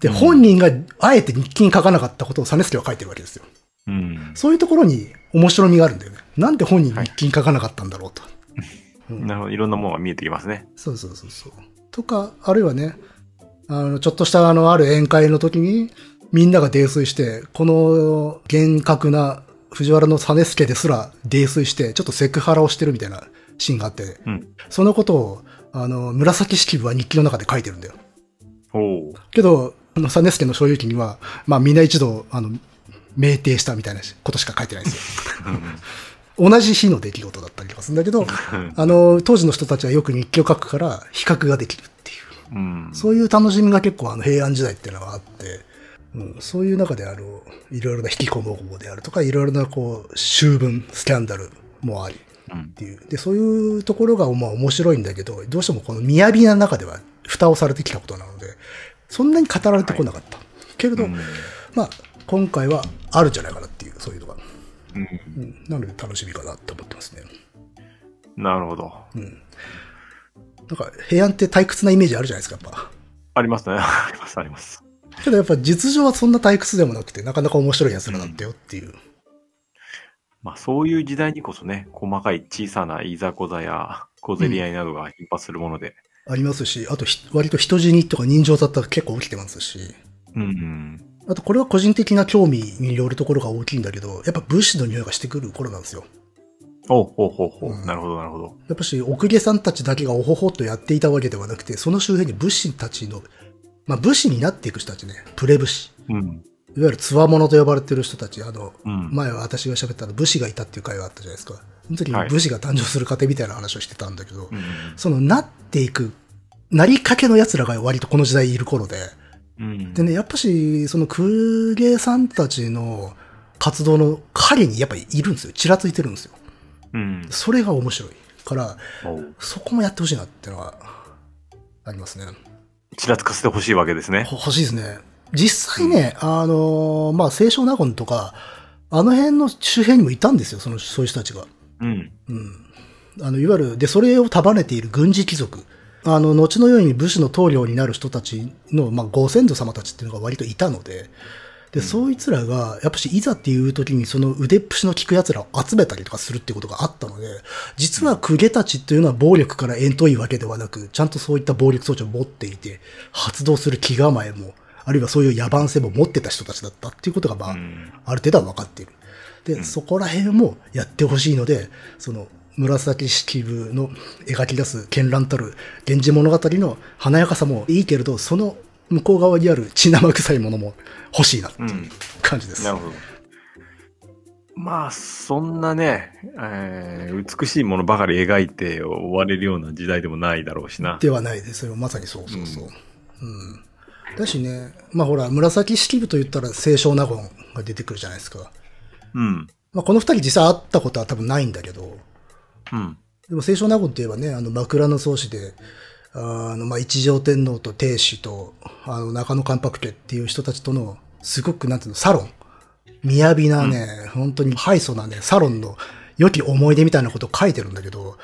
で、
うん
本人があえて日記に書かなかったことを実助は書いてるわけですよ。
う。うん。
そういうところに面白みがあるんだよね。なんで本人日記に書かなかったんだろうと。
なるほど。いろんなものが見えてきますね。
そうそうそうそう。とか、あるいはね、あの、ちょっとしたあの、ある宴会の時に、みんなが泥酔して、この厳格な藤原の実助ですら泥酔して、ちょっとセクハラをしてるみたいなシーンがあって、
うん。
そのことを、あの、紫式部は日記の中で書いてるんだよ。
ほう。
けど、あの、実助の所有記には、まあ、みんな一度、あの、酩酊したみたいなことしか書いてないんですよ。同じ日の出来事だったりとかするんだけど、あの、当時の人たちはよく日記を書くから、比較ができるってい
う
う。
ん。
そういう楽しみが結構、あの、平安時代っていうのがあって、うん、そういう中で、あの、いろいろな引きこもごであるとか、いろいろな、こう、修文、スキャンダルもありっ
うん。
ていう。で、そういうところが、まあ、面白いんだけど、どうしてもこの雅な中では、蓋をされてきたことなので、そんなに語られてこなかった。けれど、まあ、今回はあるんじゃないかなっていう、そういうのが。
うん
うん、なので、楽しみかなって思ってますね。
なるほど。
なんか平安って退屈なイメージあるじゃないですか、やっぱ。
ありますね。 *laughs* あります、あります。
けどやっぱ実情はそんな退屈でもなくて、なかなか面白い奴らだったよっていう。
まあ、そういう時代にこそね、細かい小さないざこざや小競り合いなどが頻発するもので、
ありますし、あとひ割と人死にとか人情だったら結構起きてますし。
うん、うん。
あとこれは個人的な興味によるところが大きいんだけど、やっぱ物資の匂いがしてくる頃なんですよ。
おうほうほうほう。
うん
なるほど、なるほど。
やっぱし、奥家さんたちだけがおほほっとやっていたわけではなくて、その周辺に物資たちの、まあ武士になっていく人たちね、プレ武士。
うん。
いわゆるつわものと呼ばれてる人たち、あの、
うん。
前は私が喋ったの武士がいたっていう会があったじゃないですか。その時
はい
に武士が誕生する過程みたいな話をしてたんだけど、
うん
そのなっていく、なりかけの奴らが割とこの時代いる頃で、
うん。
でね、やっぱし、その空芸さんたちの活動の陰にやっぱりいるんですよ。ちらついてるんですよ。
うん。
それが面白い。から、
おう
そこもやってほしいなってのは、ありますね。
ちらつかせてほしいわけですね。
ほ欲しいですね。実際ね、あのーまあ、清少納言とか、あの辺の周辺にもいたんですよ、その、そういう人たちが。
うん。
うん。あの、いわゆる、で、それを束ねている軍事貴族。あの、後のように武士の棟梁になる人たちの、まあ、ご先祖様たちっていうのが割といたので、で、そいつらが、やっぱし、いざっていう時に、その腕っぷしの効く奴らを集めたりとかするってことがあったので、実は公家たちっていうのは暴力から遠遠いわけではなく、ちゃんとそういった暴力装置を持っていて、発動する気構えも、あるいはそういう野蛮性も持ってた人たちだったっていうことが、まあ、
うん。
ある程度は分かっている。で、そこら辺もやってほしいので、その、紫式部の描き出す絢爛たる源氏物語の華やかさもいいけれど、その向こう側にある血生臭いものも欲しいなって
う。
いうん感じです。
なるほど。まあ、そんなね、えー美しいものばかり描いて終われるような時代でもないだろうしな。
ではないですよ。まさにそうそうそう。うん。だしね、まあほら、紫式部と言ったら清少納言が出てくるじゃないですか。
うん。
まあこの二人実際会ったことは多分ないんだけど、
うん。
でも清少納言といえばね、あの枕草子で、あの、まあ、一条天皇と亭主と、あの、中野関白家っていう人たちとの、すごく、なんていうの、サロン。雅なね、本当に敗訴なね、サロンの良き思い出みたいなことを書いてるんだけど、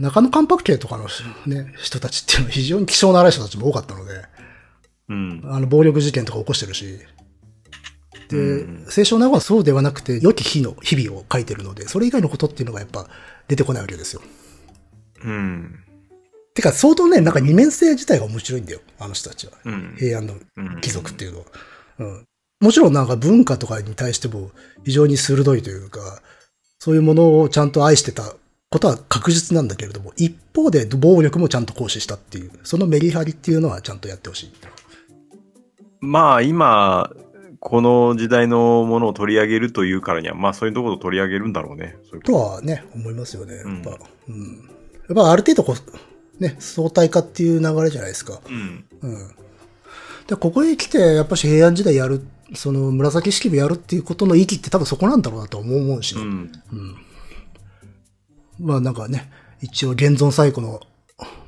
中野関白家とかのね、人たちっていうのは非常に希少な荒い人たちも多かったので、
うん。
あの、暴力事件とか起こしてるし。で、
うん
清少納言はそうではなくて、良き日の、日々を書いてるので、それ以外のことっていうのがやっぱ出てこないわけですよ。
うん。
てか、相当ね、なんか二面性自体が面白いんだよ、あの人たちは。
うん。
平安の
うん
貴族っていうのは。うん。もちろんなんか文化とかに対しても非常に鋭いというか、そういうものをちゃんと愛してたことは確実なんだけれども、一方で暴力もちゃんと行使したっていう、そのメリハリっていうのはちゃんとやってほしい。
まあ今、この時代のものを取り上げるというからには、まあそういうところを取り上げるんだろうね。そういうこと
とはね、思いますよね、やっぱ。うん。やっぱある程度こう、ね、相対化っていう流れじゃないですか。
うん。
うん。で、ここへ来て、やっぱし平安時代やる、その紫式部やるっていうことの意義って多分そこなんだろうなと思う思うし
う
ね、
ん。
まあなんかね、一応現存最古の、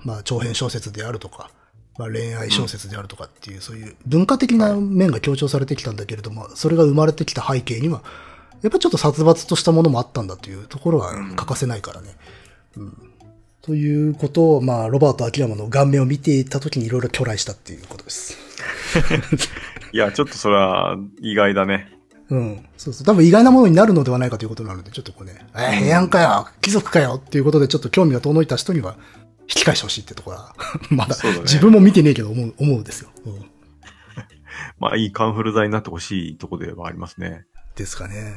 まあ長編小説であるとか、まあ恋愛小説であるとかっていう、そういう文化的な面が強調されてきたんだけれども、それが生まれてきた背景には、やっぱちょっと殺伐としたものもあったんだというところは欠かせないからね。ということを、まあ、ロバート秋山の顔面を見ていたときにいろいろ去来したっていうことです。
いや、ちょっとそれは意外だね。
うん。そうそう。多分意外なものになるのではないかということなので、ちょっとこうね、えー、平安かよ貴族かよっていうことで、ちょっと興味が遠のいた人には、引き返してほしいってところは、 *laughs* まだ、
そうだね
自分も見てねえけど思う、思うんですよ。うん。
まあいいカンフル剤になってほしいとこではありますね。
ですかね。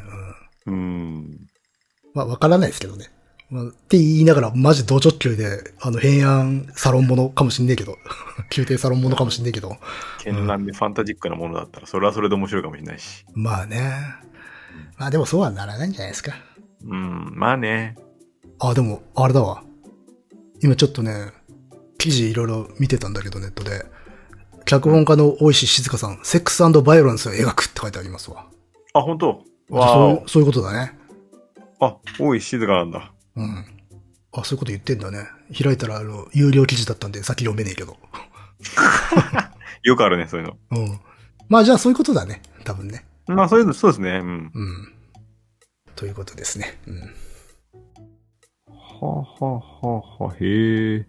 うん。
うん。
まあ、わからないですけどね。まあ、って言いながら、マジ同直球で、あの、平安サロンものかもしんねえけど、 *laughs* 宮廷サロンものかもしんねえけど、
絢爛でファンタジックなものだったら、それはそれで面白いかもしれないし。
まあね。まあでもそうはならないんじゃないですか。
うん、まあね。
あ、でも、あれだわ。今ちょっとね、記事いろいろ見てたんだけど、ネットで。脚本家の大石静香さん、セックスバイオレンスを描くって書いてありますわ。
あ、本当
そうい
わ
うそういうことだね。
あ。あ、多い静かなんだ。
うん。あ、そういうこと言ってんだね。開いたら、あの、有料記事だったんで、先読めねえけど。
よくあるね、そういうの。
うん。まあじゃあそういうことだね。多分ね。
まあそういうの、そうですね。うん。
うん。ということですね。うん。
はあはあはあはあへえ。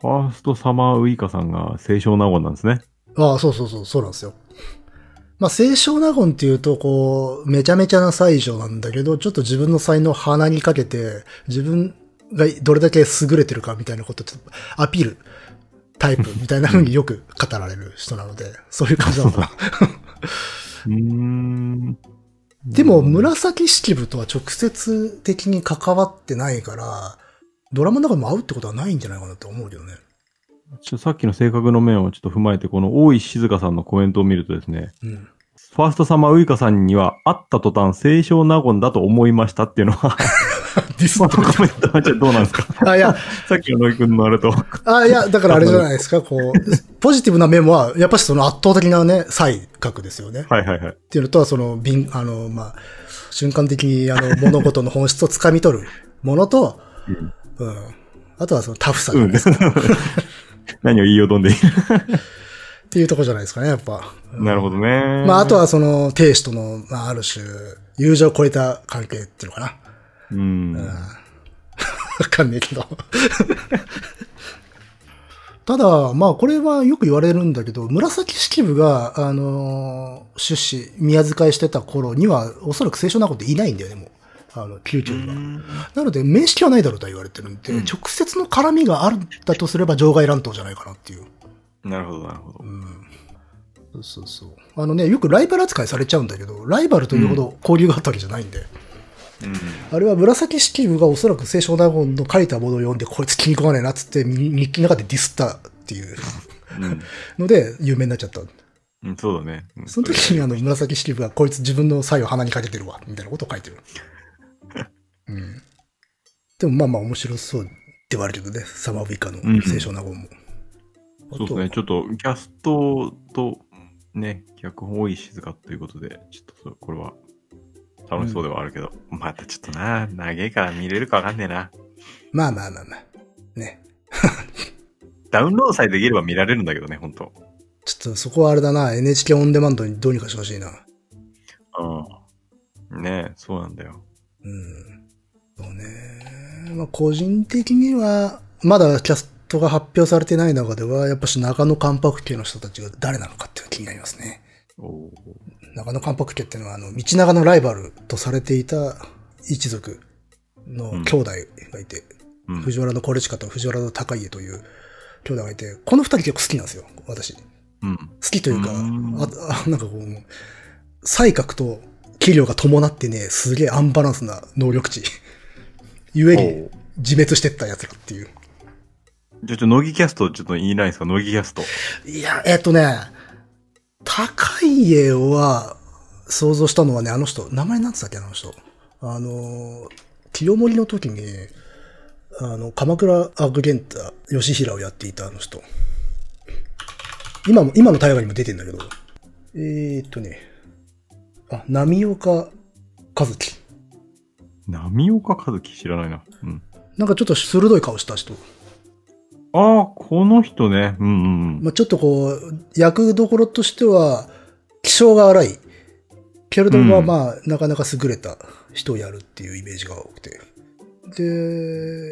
ファーストサマーウイカさんが清少納言なんですね。
ああ、そうそうそう、そうなんですよ。まあ、清少納言っていうと、こう、めちゃめちゃな才女なんだけど、ちょっと自分の才能を鼻にかけて、自分がどれだけ優れてるかみたいなことをちょっとアピールタイプみたいな風によく語られる人なので、そういう感じなのかな。
うーん。
でも、紫式部とは直接的に関わってないから、ドラマの中でも会うってことはないんじゃないかなと思うけどね。
ちょさっきの性格の面をちょっと踏まえて、この大石静香さんのコメントを見るとですね、
うん。
ファーストサマーウイカさんには会った途端、清少納言だと思いましたっていうのは、
*laughs* ディス
そのコメントはじゃあどうなんですか
あ、いや、
さっきの野井くんのあれと。
あいや、だからあれじゃないですか、こ
*laughs*
う、ポジティブな面は、やっぱしその圧倒的なね、才覚ですよね。
はいはいはい。
っていうのとは、その、びあの、まあ、瞬間的に、あの、物事の本質を掴み取るものと、うん。あとはそのタフさじゃないですか。
何を言いよどんでいる。
っていうとこじゃないですかね、やっぱ。
なるほどね。
まあ、あとはその、亭主との、まあ、ある種、友情を超えた関係っていうのかな。
うん。
わかんねえけど。 *laughs* ただ、まあ、これはよく言われるんだけど、紫式部が、あのー出資、宮遣いしてた頃には、おそらく清少納言っていないんだよね、もう。あの、宮中には。なので、面識はないだろうとは言われてるんで、
うん
直接の絡みがあるんだとすれば、場外乱闘じゃないかなっていう。
なるほど、なるほど。
そうそうそう。あのね、よくライバル扱いされちゃうんだけど、ライバルというほど交流があったわけじゃないんで、
うん。
あれは紫式部がおそらく清少納言の書いたものを読んで、こいつ気に食わねえなっつって、日日記の中でディスったっていう
うん
ので、有名になっちゃった。
うん。そうだね。うん
その時にあの、紫式部がこいつ自分の才を鼻にかけてるわ、みたいなことを書いてる。うん。でもまあまあ面白そうではあるけどね、サマーウイカの清少納言も。
そうですね。ちょっと、キャストと、ね、脚本多い静かということで、ちょっとそう、これは、楽しそうではあるけど、またちょっとな、長いから見れるかわかんねえな。
まあまあまあまあ。ね。
ダウンロードさえできれば見られるんだけどね、ほんと。
ちょっとそこはあれだな、NHK オンデマンドにどうにかしてほしいな。
うん。ねえ、そうなんだよ。
うん。そうね。まあ個人的には、まだキャストが発表されてない中では、やっぱし中野関白家の人たちが誰なのかっていうのが気になりますね。
おー
中野関白家っていうのは、あの、道長のライバルとされていた一族の兄弟がいて、
うん。
藤原のコレチカと藤原の高家という兄弟がいて、この二人結構好きなんですよ、私。好
うん。
きというか、
うん
ああ *laughs* なんかこう、才覚と器量が伴ってね、すげえアンバランスな能力値。ゆえに、
おー
自滅してった奴らっていう。
じゃあ、ちょ、乃木キャスト、ちょっと言いないですか、乃木キャスト。
いや、えっとね、高家は、想像したのはね、あの人、名前なんつったっけ、あの人。あの、清盛の時に、あの、鎌倉アグゲンタ、吉平をやっていたあの人。今も、今の大河にも出てんだけど。えー、っとね、あ、波岡和樹。
波岡和樹知らないな。うん。
なんかちょっと鋭い顔した人。
ああ、この人ね。うんうんうん。
まあ、ちょっとこう、役どころとしては、気性が荒い。けれども、
うん
まあ、なかなか優れた人をやるっていうイメージが多くて。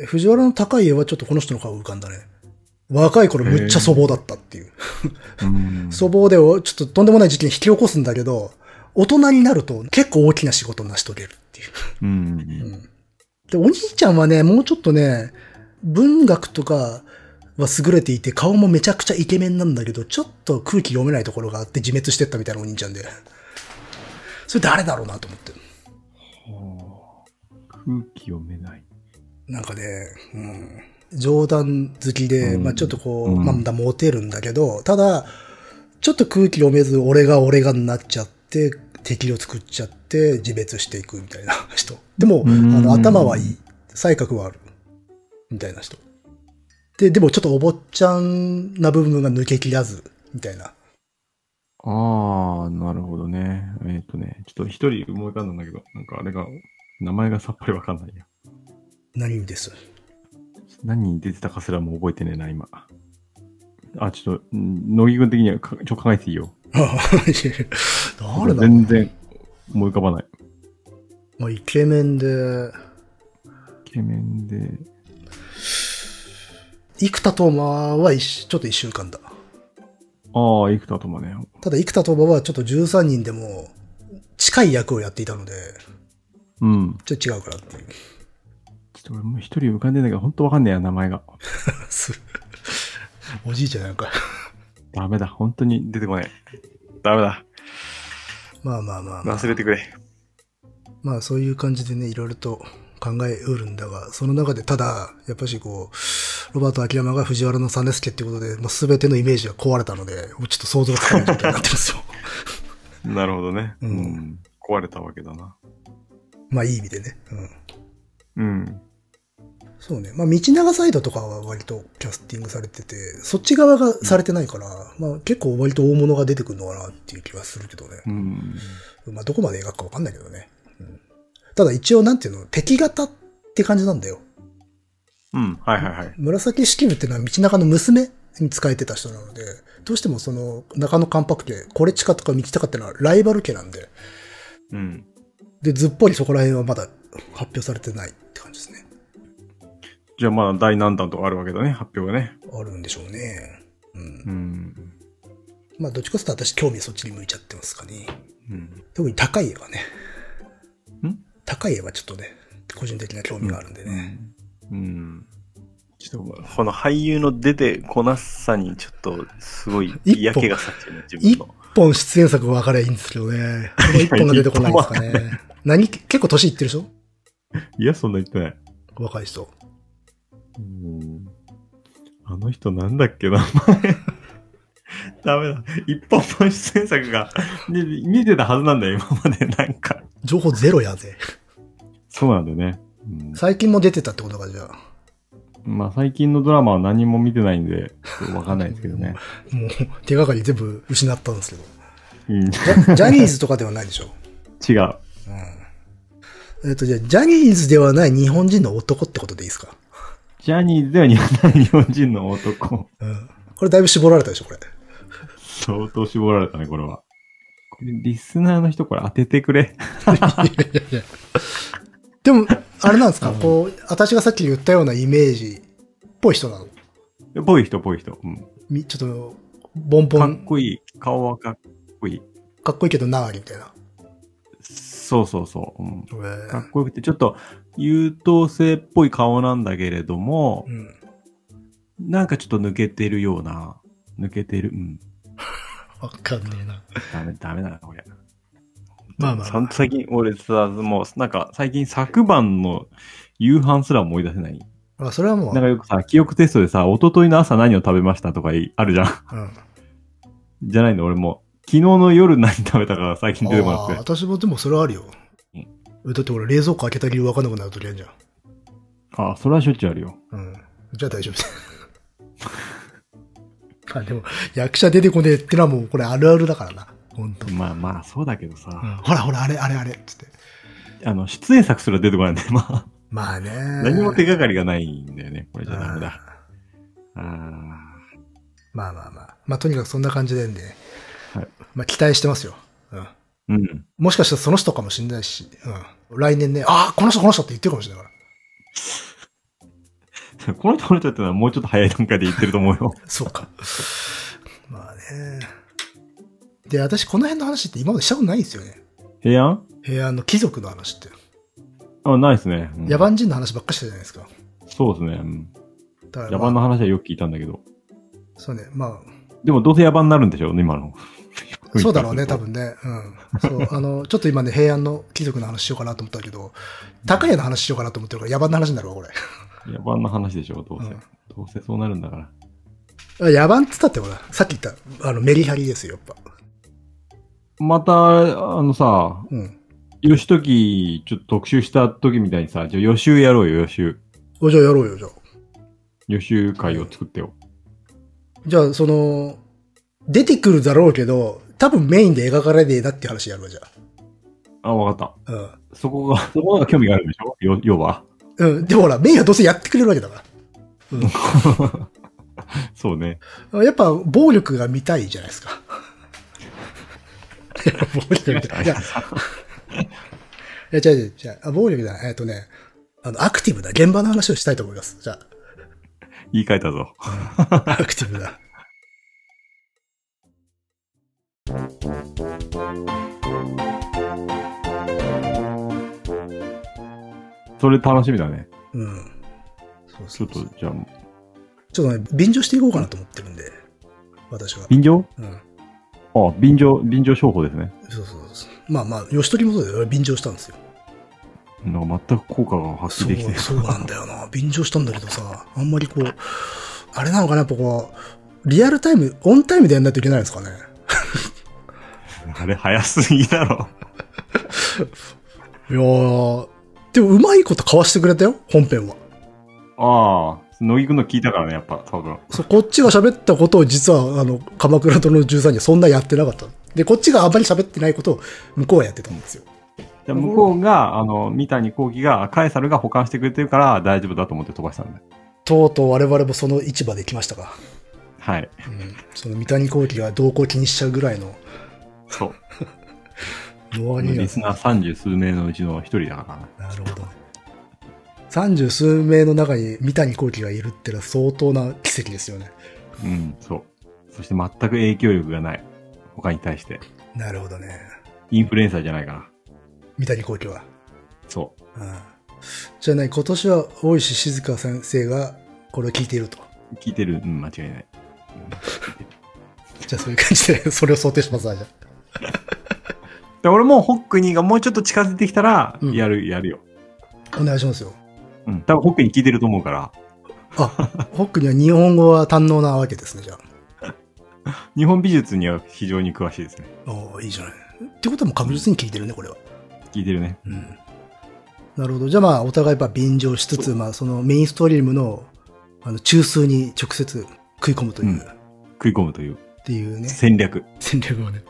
で、藤原の高家はちょっとこの人の顔浮かんだね。若い頃むっちゃ粗暴だったっていう。
うん
粗暴で、ちょっととんでもない事件引き起こすんだけど、大人になると結構大きな仕事を成し遂げるっていう。
うんうん
で、お兄ちゃんはね、もうちょっとね、文学とかは優れていて、顔もめちゃくちゃイケメンなんだけど、ちょっと空気読めないところがあって自滅してったみたいなお兄ちゃんで。それ誰だろうなと思って。
空気読めない。
なんかね、うん、冗談好きで、
うん
まあちょっとこう、
うん
まあまだモテるんだけど、ただ、ちょっと空気読めず、俺が俺がになっちゃって、敵を作っちゃって、自滅していくみたいな *laughs* 人。でも、あ
うん
の、頭はいい。才覚はある。みたいな人。で、でもちょっとお坊ちゃんな部分が抜けきらず、みたいな。
ああ、なるほどね。えーっ、とね、ちょっと一人思い浮かんだんだけど、なんかあれが、名前がさっぱりわかんないや。
何です。 *laughs*
何に出てたかすらも覚えてねえな、今。あ、ちょっと、ん乃木君的にはか、ちょ、考えていいよ。
誰だろう
全然思い浮かばない。
まあイケメンで、
イケメンで、
生田斗真は一週ちょっと一週間だ。
ああ、生田ともね。
ただ、生田斗真はちょっと13人でも近い役をやっていたので、
うん。
ちょっと違うからっていう。
ちょっと俺もう一人浮かんでんだけど、本当わかんねえや、名前が。
*laughs* おじいちゃんなんか。
ダメだ、本当に出てこない。ダメだ、
まあまあまあ、まあ、
忘れてくれ。
まあそういう感じでね、いろいろと考えうるんだが、その中でただ、やっぱしこう、ロバート秋山が藤原の実助っていうことで、もう全てのイメージが壊れたので、もうちょっと想像がつかない状態になってるん *laughs* ですよ。
なるほどね。
うん
壊れたわけだな。
まあいい意味でね。うん。
うん。
そうね。まあ、道長サイドとかは割とキャスティングされてて、そっち側がされてないから、まあ結構割と大物が出てくるのかなっていう気はするけどね。
うん。
まあ、どこまで描くかわかんないけどね。うんただ一応なんていうの、敵型って感じなんだよ。
うん。はいはいはい。
紫式部ってのは道長の娘に使えてた人なので、どうしてもその中野関白家、コレチカとか道高ってのはライバル家なんで、
うん。
で、ずっぽりそこら辺はまだ発表されてないって感じですね。
じゃあまあ第何弾とかあるわけだね、発表がね。
あるんでしょうね。うん。
うん。
まあ、どっちかというと私興味そっちに向いちゃってますかね。
うん。
特に高い絵はね。
ん
高い絵はちょっとね、個人的な興味があるんでね。
うん。ちょっと、この俳優の出てこなさに、ちょっと、すごい
一歩
嫌気がさっちゃうね、自
一
分の。
本出演作分かりゃいいんですけどね。この一本が出てこないですか
一
ね。何結構年いってるでしょ
いや、そんな言ってない。
若い人。
うん。あの人なんだっけ、名前。 *laughs* ダメだ。一本の出演作が、で見てたはずなんだよ、今まで。なんか。
情報ゼロやぜ。
そうなんだよね。うん
最近も出てたってことか、じゃあ。
まあ最近のドラマは何も見てないんで、ちょっとわかんないですけどね。
もう手がかり全部失ったんですけど。
うん、違
ジャジャニーズとかではないでしょ。
う。
えっと、じゃあ、ジャニーズではない日本人の男ってことでいいですか
ジャニーズでは日本日本人の男。
うん。これだいぶ絞られたでしょ、これ。
相当絞られたね、これは。これ、リスナーの人これ当ててくれ。 *laughs*
でも、あれなんですか、
うん
こう、私がさっき言ったようなイメージっぽい人なの
ぽい人、ぽい人。うん。
みちょっと、ボンボ
か
ン
っ、こいい。顔はかっこいい。
かっこいいけどなーにみたいな。
そうそうそう。うん、
え
かっこよくて、ちょっと優等生っぽい顔なんだけれども
う、ん。
なんかちょっと抜けてるような。抜けてる。うん。
わかんねえな。
ダメ、ダメだな、これ。
まあまあ、
さ最近、俺さ、もう、なんか、最近昨晩の夕飯すら思い出せない。
まあ、それはもう、
なんかよくさ、記憶テストでさ、一昨日の朝何を食べましたとかいあるじゃん。
うん。
じゃないの、俺もう。昨日の夜何食べたかが最近出ても
ああー、
らって。
私もでもそれはあるよ。だって俺冷蔵庫開けた理由わかんなくなるときあるじゃん。
ああ、それはしょっちゅうあるよ。
うん。じゃあ
*laughs*
大丈夫あ、でも、役者出てこねえってのはもうこれあるあるだからな。本当。うん。
まあまあ、そうだけどさ、
ほらほら、あれあれあれっつって。
あの、出演作すら出てこないんだよ、まあ。
まあね。
何も手
手
がかりがないんだよね、これじゃダ
だ
メだ。あ
まあまあまあ。まあとにかくそんな感じでね。
はい
まあ期待してますよ。うん。
ーうん。
もしかしたらその人かもしれないし、うん。来年ね、ああ、この人この人って言ってるかもしれないか
この人、この人ってのはもうちょっと早い段階で言ってると思うよ。 *laughs*
ら。そうか。まあね。で、私この辺の話って今までしたことないんですよね。
平安
平安の貴族の話って。
あ、ないですね。うん
野蛮人の話ばっかりしてたじゃないですか。
そうですね。うん
だから、
野
まあ
蛮の話はよく聞いたんだけど。
そうね。まあ、
でもどうせ野蛮になるんでしょうね、今の。
*laughs* そうだろうね、多。分ね。うん。そう、あの、 *laughs* ちょっと今ね、平安の貴族の話しようかなと思ったけど、高家の話しようかなと思ってるから、野蛮な話になるわ、これ。
野蛮の話でしょう、どうせ。
うん
どうせそうなるんだから。
野蛮っつったってほら、さっき言った、あの、メリハリですよ、やっぱ。
また、あのさ、
うん。
吉時、ちょっと特集した時みたいにさ、じゃあ予習やろうよ、予習。
おじゃあやろうよ、じゃあ。
予習会を作ってよ。
じゃあ、その、出てくるだろうけど、多分メインで描かれねえなっていう話やるわ、じゃ
あ、わかっ
あ。
た。そこが、 *laughs* そこが興味があるんでしょよ要は。
うん。うん。でもほら、メインはどうせやってくれるわけだか
そうね。
ら。やっぱ、暴力が見たいじゃないですか。 *laughs* いや暴力みたい。いや、いや、違う違う違う。あ、暴力じゃない。えっとね、あの、アクティブな現場の話をしたいと思います。じゃ
言い換えたぞ。
あ、アクティブな。
それ楽しみだね。
うん。そう
ち
そ
ょ
う
っと
そう。、
じゃあ、
ちょっとね、便乗していこうかなと思ってるんで、私は。
便乗
うん。
あ、便乗、便乗商法ですね。
そうそうそう。まあまあ、吉取もそうだよ。俺便乗したんですよ。
なんか全く効果が発揮
そう
できて、
そうなんだよな。便乗したんだけどさ、あんまりこう、あれなのかな、やっぱこう、リアルタイム、オンタイムでやんないといけないんですかね。
あれ早すぎだろ。
いやー、でもうまいことかわしてくれたよ、本編は。
*laughs* ああ、乃木くんの聞いたからね、やっぱ、多分。
そうこっちが喋ったことを実は、あの、鎌倉殿の13人はそんなやってなかった。で、こっちがあんまり喋ってないことを向こうはやってたんですよ。
で向こうが、あの、三谷幸喜が、カエサルが保管してくれてるから大丈夫だと思って飛ばしたんだよ。
とうとう我々もその市場で来ましたか。
はい。
うん、その三谷幸喜が動向気にしちゃうぐらいの、
そう。
の割には
リスナー三十数名のうちの一人だからな。
なるほど。三十数名の中に三谷幸喜がいるってのは相当な奇跡ですよね。
うん、そう。そして全く影響力がない。他に対して。
なるほどね。
インフルエンサーじゃないから。
三谷幸喜は。
そう。
うん。じゃない、今年は大石静香先生がこれを聞いていると。
聞いてる。うん、間違いない。
じゃあそういう感じで、 *laughs* それを想定しますわ、じゃあ
で俺もホックニーがもうちょっと近づいてきたら、
うん
やる、やるよ。
お願いしますよ。
うん。多分ホックニー聞いてると思うから、
あ、 *laughs* ホックには日本語は堪能なわけですね、じゃあ。
日本美術には非常に詳しいですね。
おーいいじゃない。ってことはもう確実に聞いてるね、これは。
聞いてるね。
うん。なるほど。じゃあまあ、お互いやっぱ便乗しつつ、まあ、そのメインストリームの、あの、中枢に直接食い込むという、
うん
っ
食い込むという
ていうね、
戦略。
戦略をね。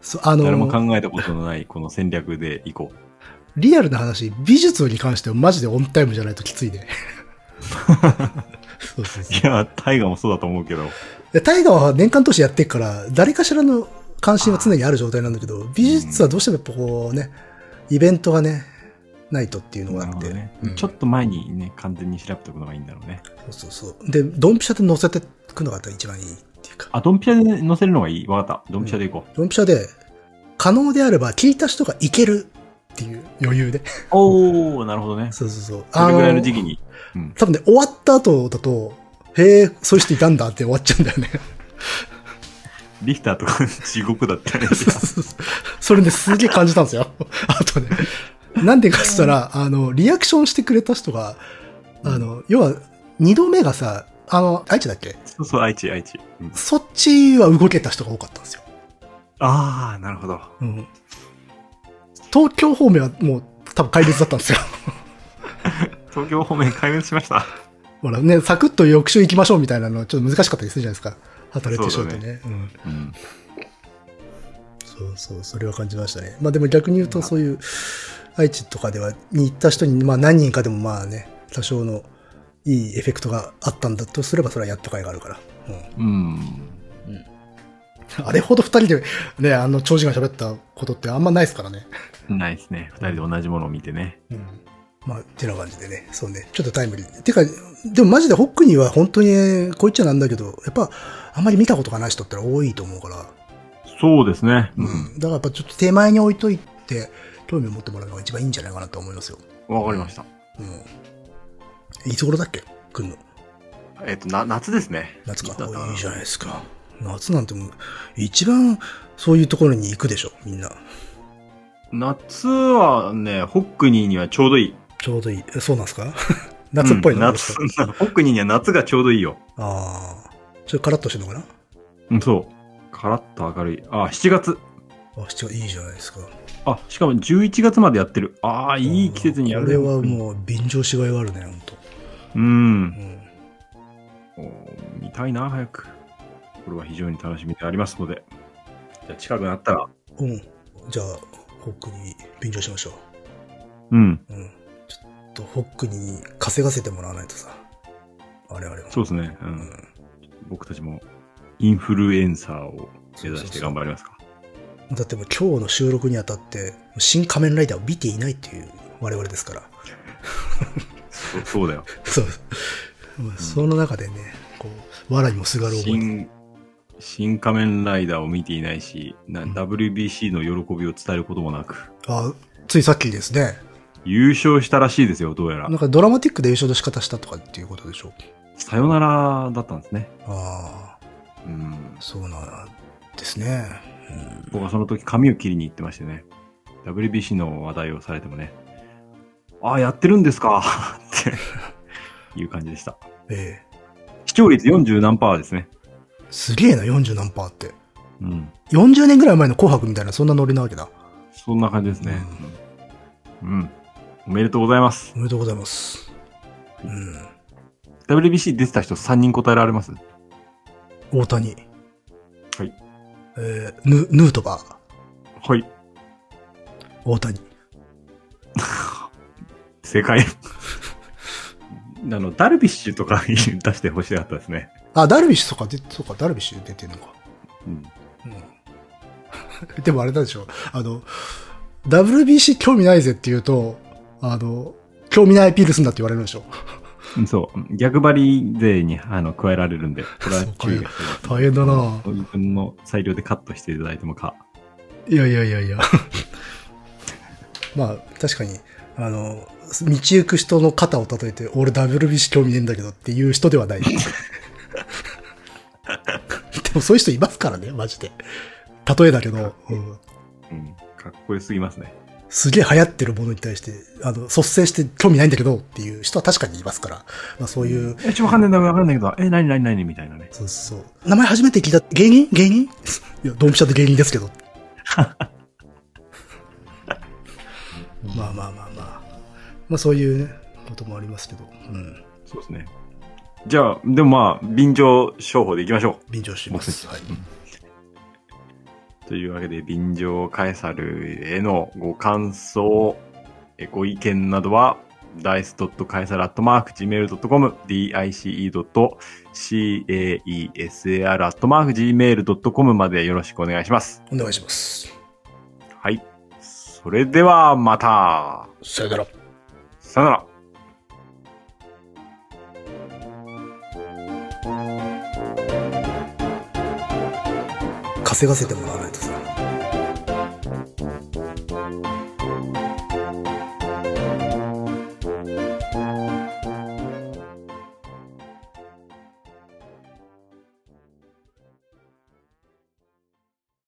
そう、あ
誰も
の、
考えたことの *laughs* ないこの戦略でいこう。
リアルな話、美術に関してはマジでオンタイムじゃないときつ
*laughs*
いね。そうそうそう
いや、タイガーもそうだと思うけど。
で。タイガーは年間通してやってるから、誰かしらの関心は常にある状態なんだけど、美術はどうしてもやっぱこうね、イベントがね、ないとっていうの
な
が
る
あっ
ほ
て。
どね
うん
ちょっと前にね、完全に調べておくのがいいんだろうね。
そうそうそう。で、ドンピシャで乗せてくのが一番いいっていうか。
あ、ドンピシャで載せるのがいいわかった。ドンピシャでいこう。
ドンピシャで、可能であれば聞いた人がいけるっていう余
*laughs*
裕で。
おー、なるほどね。
そうそうそう。
それぐらいの時
期
期に。うん。
多分ね、終わった後だと、へえ、そういう人いたんだって終わっちゃうんだよ
*laughs*
ね。
リヒターとか地獄だったね。
そうそうそうそれね、すげえ感じたんですよ。あとね。なんでかっつったら、あの、リアクションしてくれた人が、あの、要は、二度目がさ、あの、愛知だっけ
*laughs* そうそう、愛知、愛知。うん
そっちは動けた人が多かったんですよ。
あー、なるほど。
うん東京方面はもう多分壊滅だったんですよ。 *laughs*
東京方面壊滅しました。
ほらね、サクッと翌週行きましょうみたいなのはちょっと難しかったりするじゃないですか。働いてしょうってね。うん
うん。
そうそう、それは感じましたね。まあでも逆に言うとそういう愛知とかでは、に行った人に、まあ何人かでもまあね、多少のいいエフェクトがあったんだとすればそれはやった甲斐があるから。う
うん。
ん、あれほど二人でね、あの長時間喋ったことってあんまないですからね。
ないですね。二人で同じものを見てね。
うんまあ、てな感じでね、そうね、ちょっとタイムリー。てか、でもマジでホックニーは本当に、こう言っちゃなんだけど、やっぱ、あんまり見たことがない人ってのは多いと思うから、
そうですね。う。
うんん。だからやっぱちょっと手前に置いといて、興味を持ってもらうのが一番いいんじゃないかなと思いますよ。
わかりました。
うん。いつ頃だっけ来んの。
えっと、な、夏ですね。
夏か。
うん
おいいじゃないですか。夏なんてもう、一番そういうところに行くでしょ、みんな。
夏はね、ホックニーにはちょうどいい。
ちょうどいい。えそうなんですか夏っぽい
うん
の、
夏。ホックニーには夏がちょうどいいよ。
ああ。それカラッとしてるのかな
うん、そう。カラッと明るい。あ、7月。
あ、七月いいじゃないですか。
あ、しかも11月までやってる。ああ、いい季節にやるね。
これは
本当に
もう便乗しがいがあるね、ほんと。
うん。
うん。
おー見たいな、早く。これは非常に楽しみでありますので。じゃあ近くなったら。
うん。じゃあ、ホックに便乗しましょ
うん。
う。うん。ちょっと、ホックに稼がせてもらわないとさ。我々も。
そうですね。うん。
ん。
僕たちもインフルエンサーを目指して頑張りますか。
だってもう今日の収録にあたって、新仮面ライダーを見ていないっていう我々ですから。 *laughs*
そうそうだよ。
そう。まあその中でね、こう、わらにもすがる思いで。
新、新仮面ライダーを見ていないし、な WBC の喜びを伝えることもなく、
あ、ついさっきですね。
優勝したらしいですよ、どうやら
なん。かドラマティックで優勝の仕方したとかっていうことでしょう。
さよならだったんですね。
ああ、
うん。
そうなんですね。うん
僕はその時髪を切りに行ってましてね、WBC の話題をされてもね、ああ、やってるんですか *laughs* っていう感じでした。
ええ
視聴率40何パーですね。
すげえな、40何パーって。
うん。
40年ぐらい前の紅白みたいな、そんなノリなわけだ。
そんな感じですね。うん。うんおめでとうございます。
おめでとうございます。うん。
WBC 出てた人3人答えられます
大谷。
はい。
えー、ヌヌートバー。
はい。
大谷。
*laughs* 正解。あの、ダルビッシュとか出してほしかったですね。
あ、ダルビッシュとか出、そうか、ダルビッシュ出てるのか。 *laughs*
うん。
うん。でもあれなんでしょう。あの、WBC 興味ないぜって言うと、あの、興味ないアピールすんだって言われるんでしょ。
うんそう。逆張り勢にあの加えられるんで、これは注意が必要
大変だな
です。自分の裁量でカットしていただいてもか。
いやいやいやいや。 *laughs* まあ、確かに、あの、道行く人の肩を叩いて、俺 WBC 興味ねえんだけどっていう人では *laughs* ない。でもそういう人いますからね、マジで。例えだけど、うん
うん。かっこよすぎますね。
すげえ流行ってるものに対して、あの、率先して興味ないんだけどっていう人は確かにいますから、まあそういう、
え、ちょ、わかんないんだ、わかんないけど、え、なになになにみたいなね。
そうそう。名前初めて聞いた、芸人芸人 *laughs* いや、ドンピシャで芸人ですけど。まあまあまあまあ。まあそういうね、こともありますけど。うん。
そうですね。じゃあ、でもまあ、便乗商法でいきましょ
便乗します。
僕
はい
た。う。というわけで、便乗カエサルへのご感想、えご意見などは、dice.caesar.gmail.com、dice.caesar.gmail.com までよろしくお願いします。
お願いします。
はい。それでは、また。
さよなら。
さよなら。
稼がせてもらわないとさ。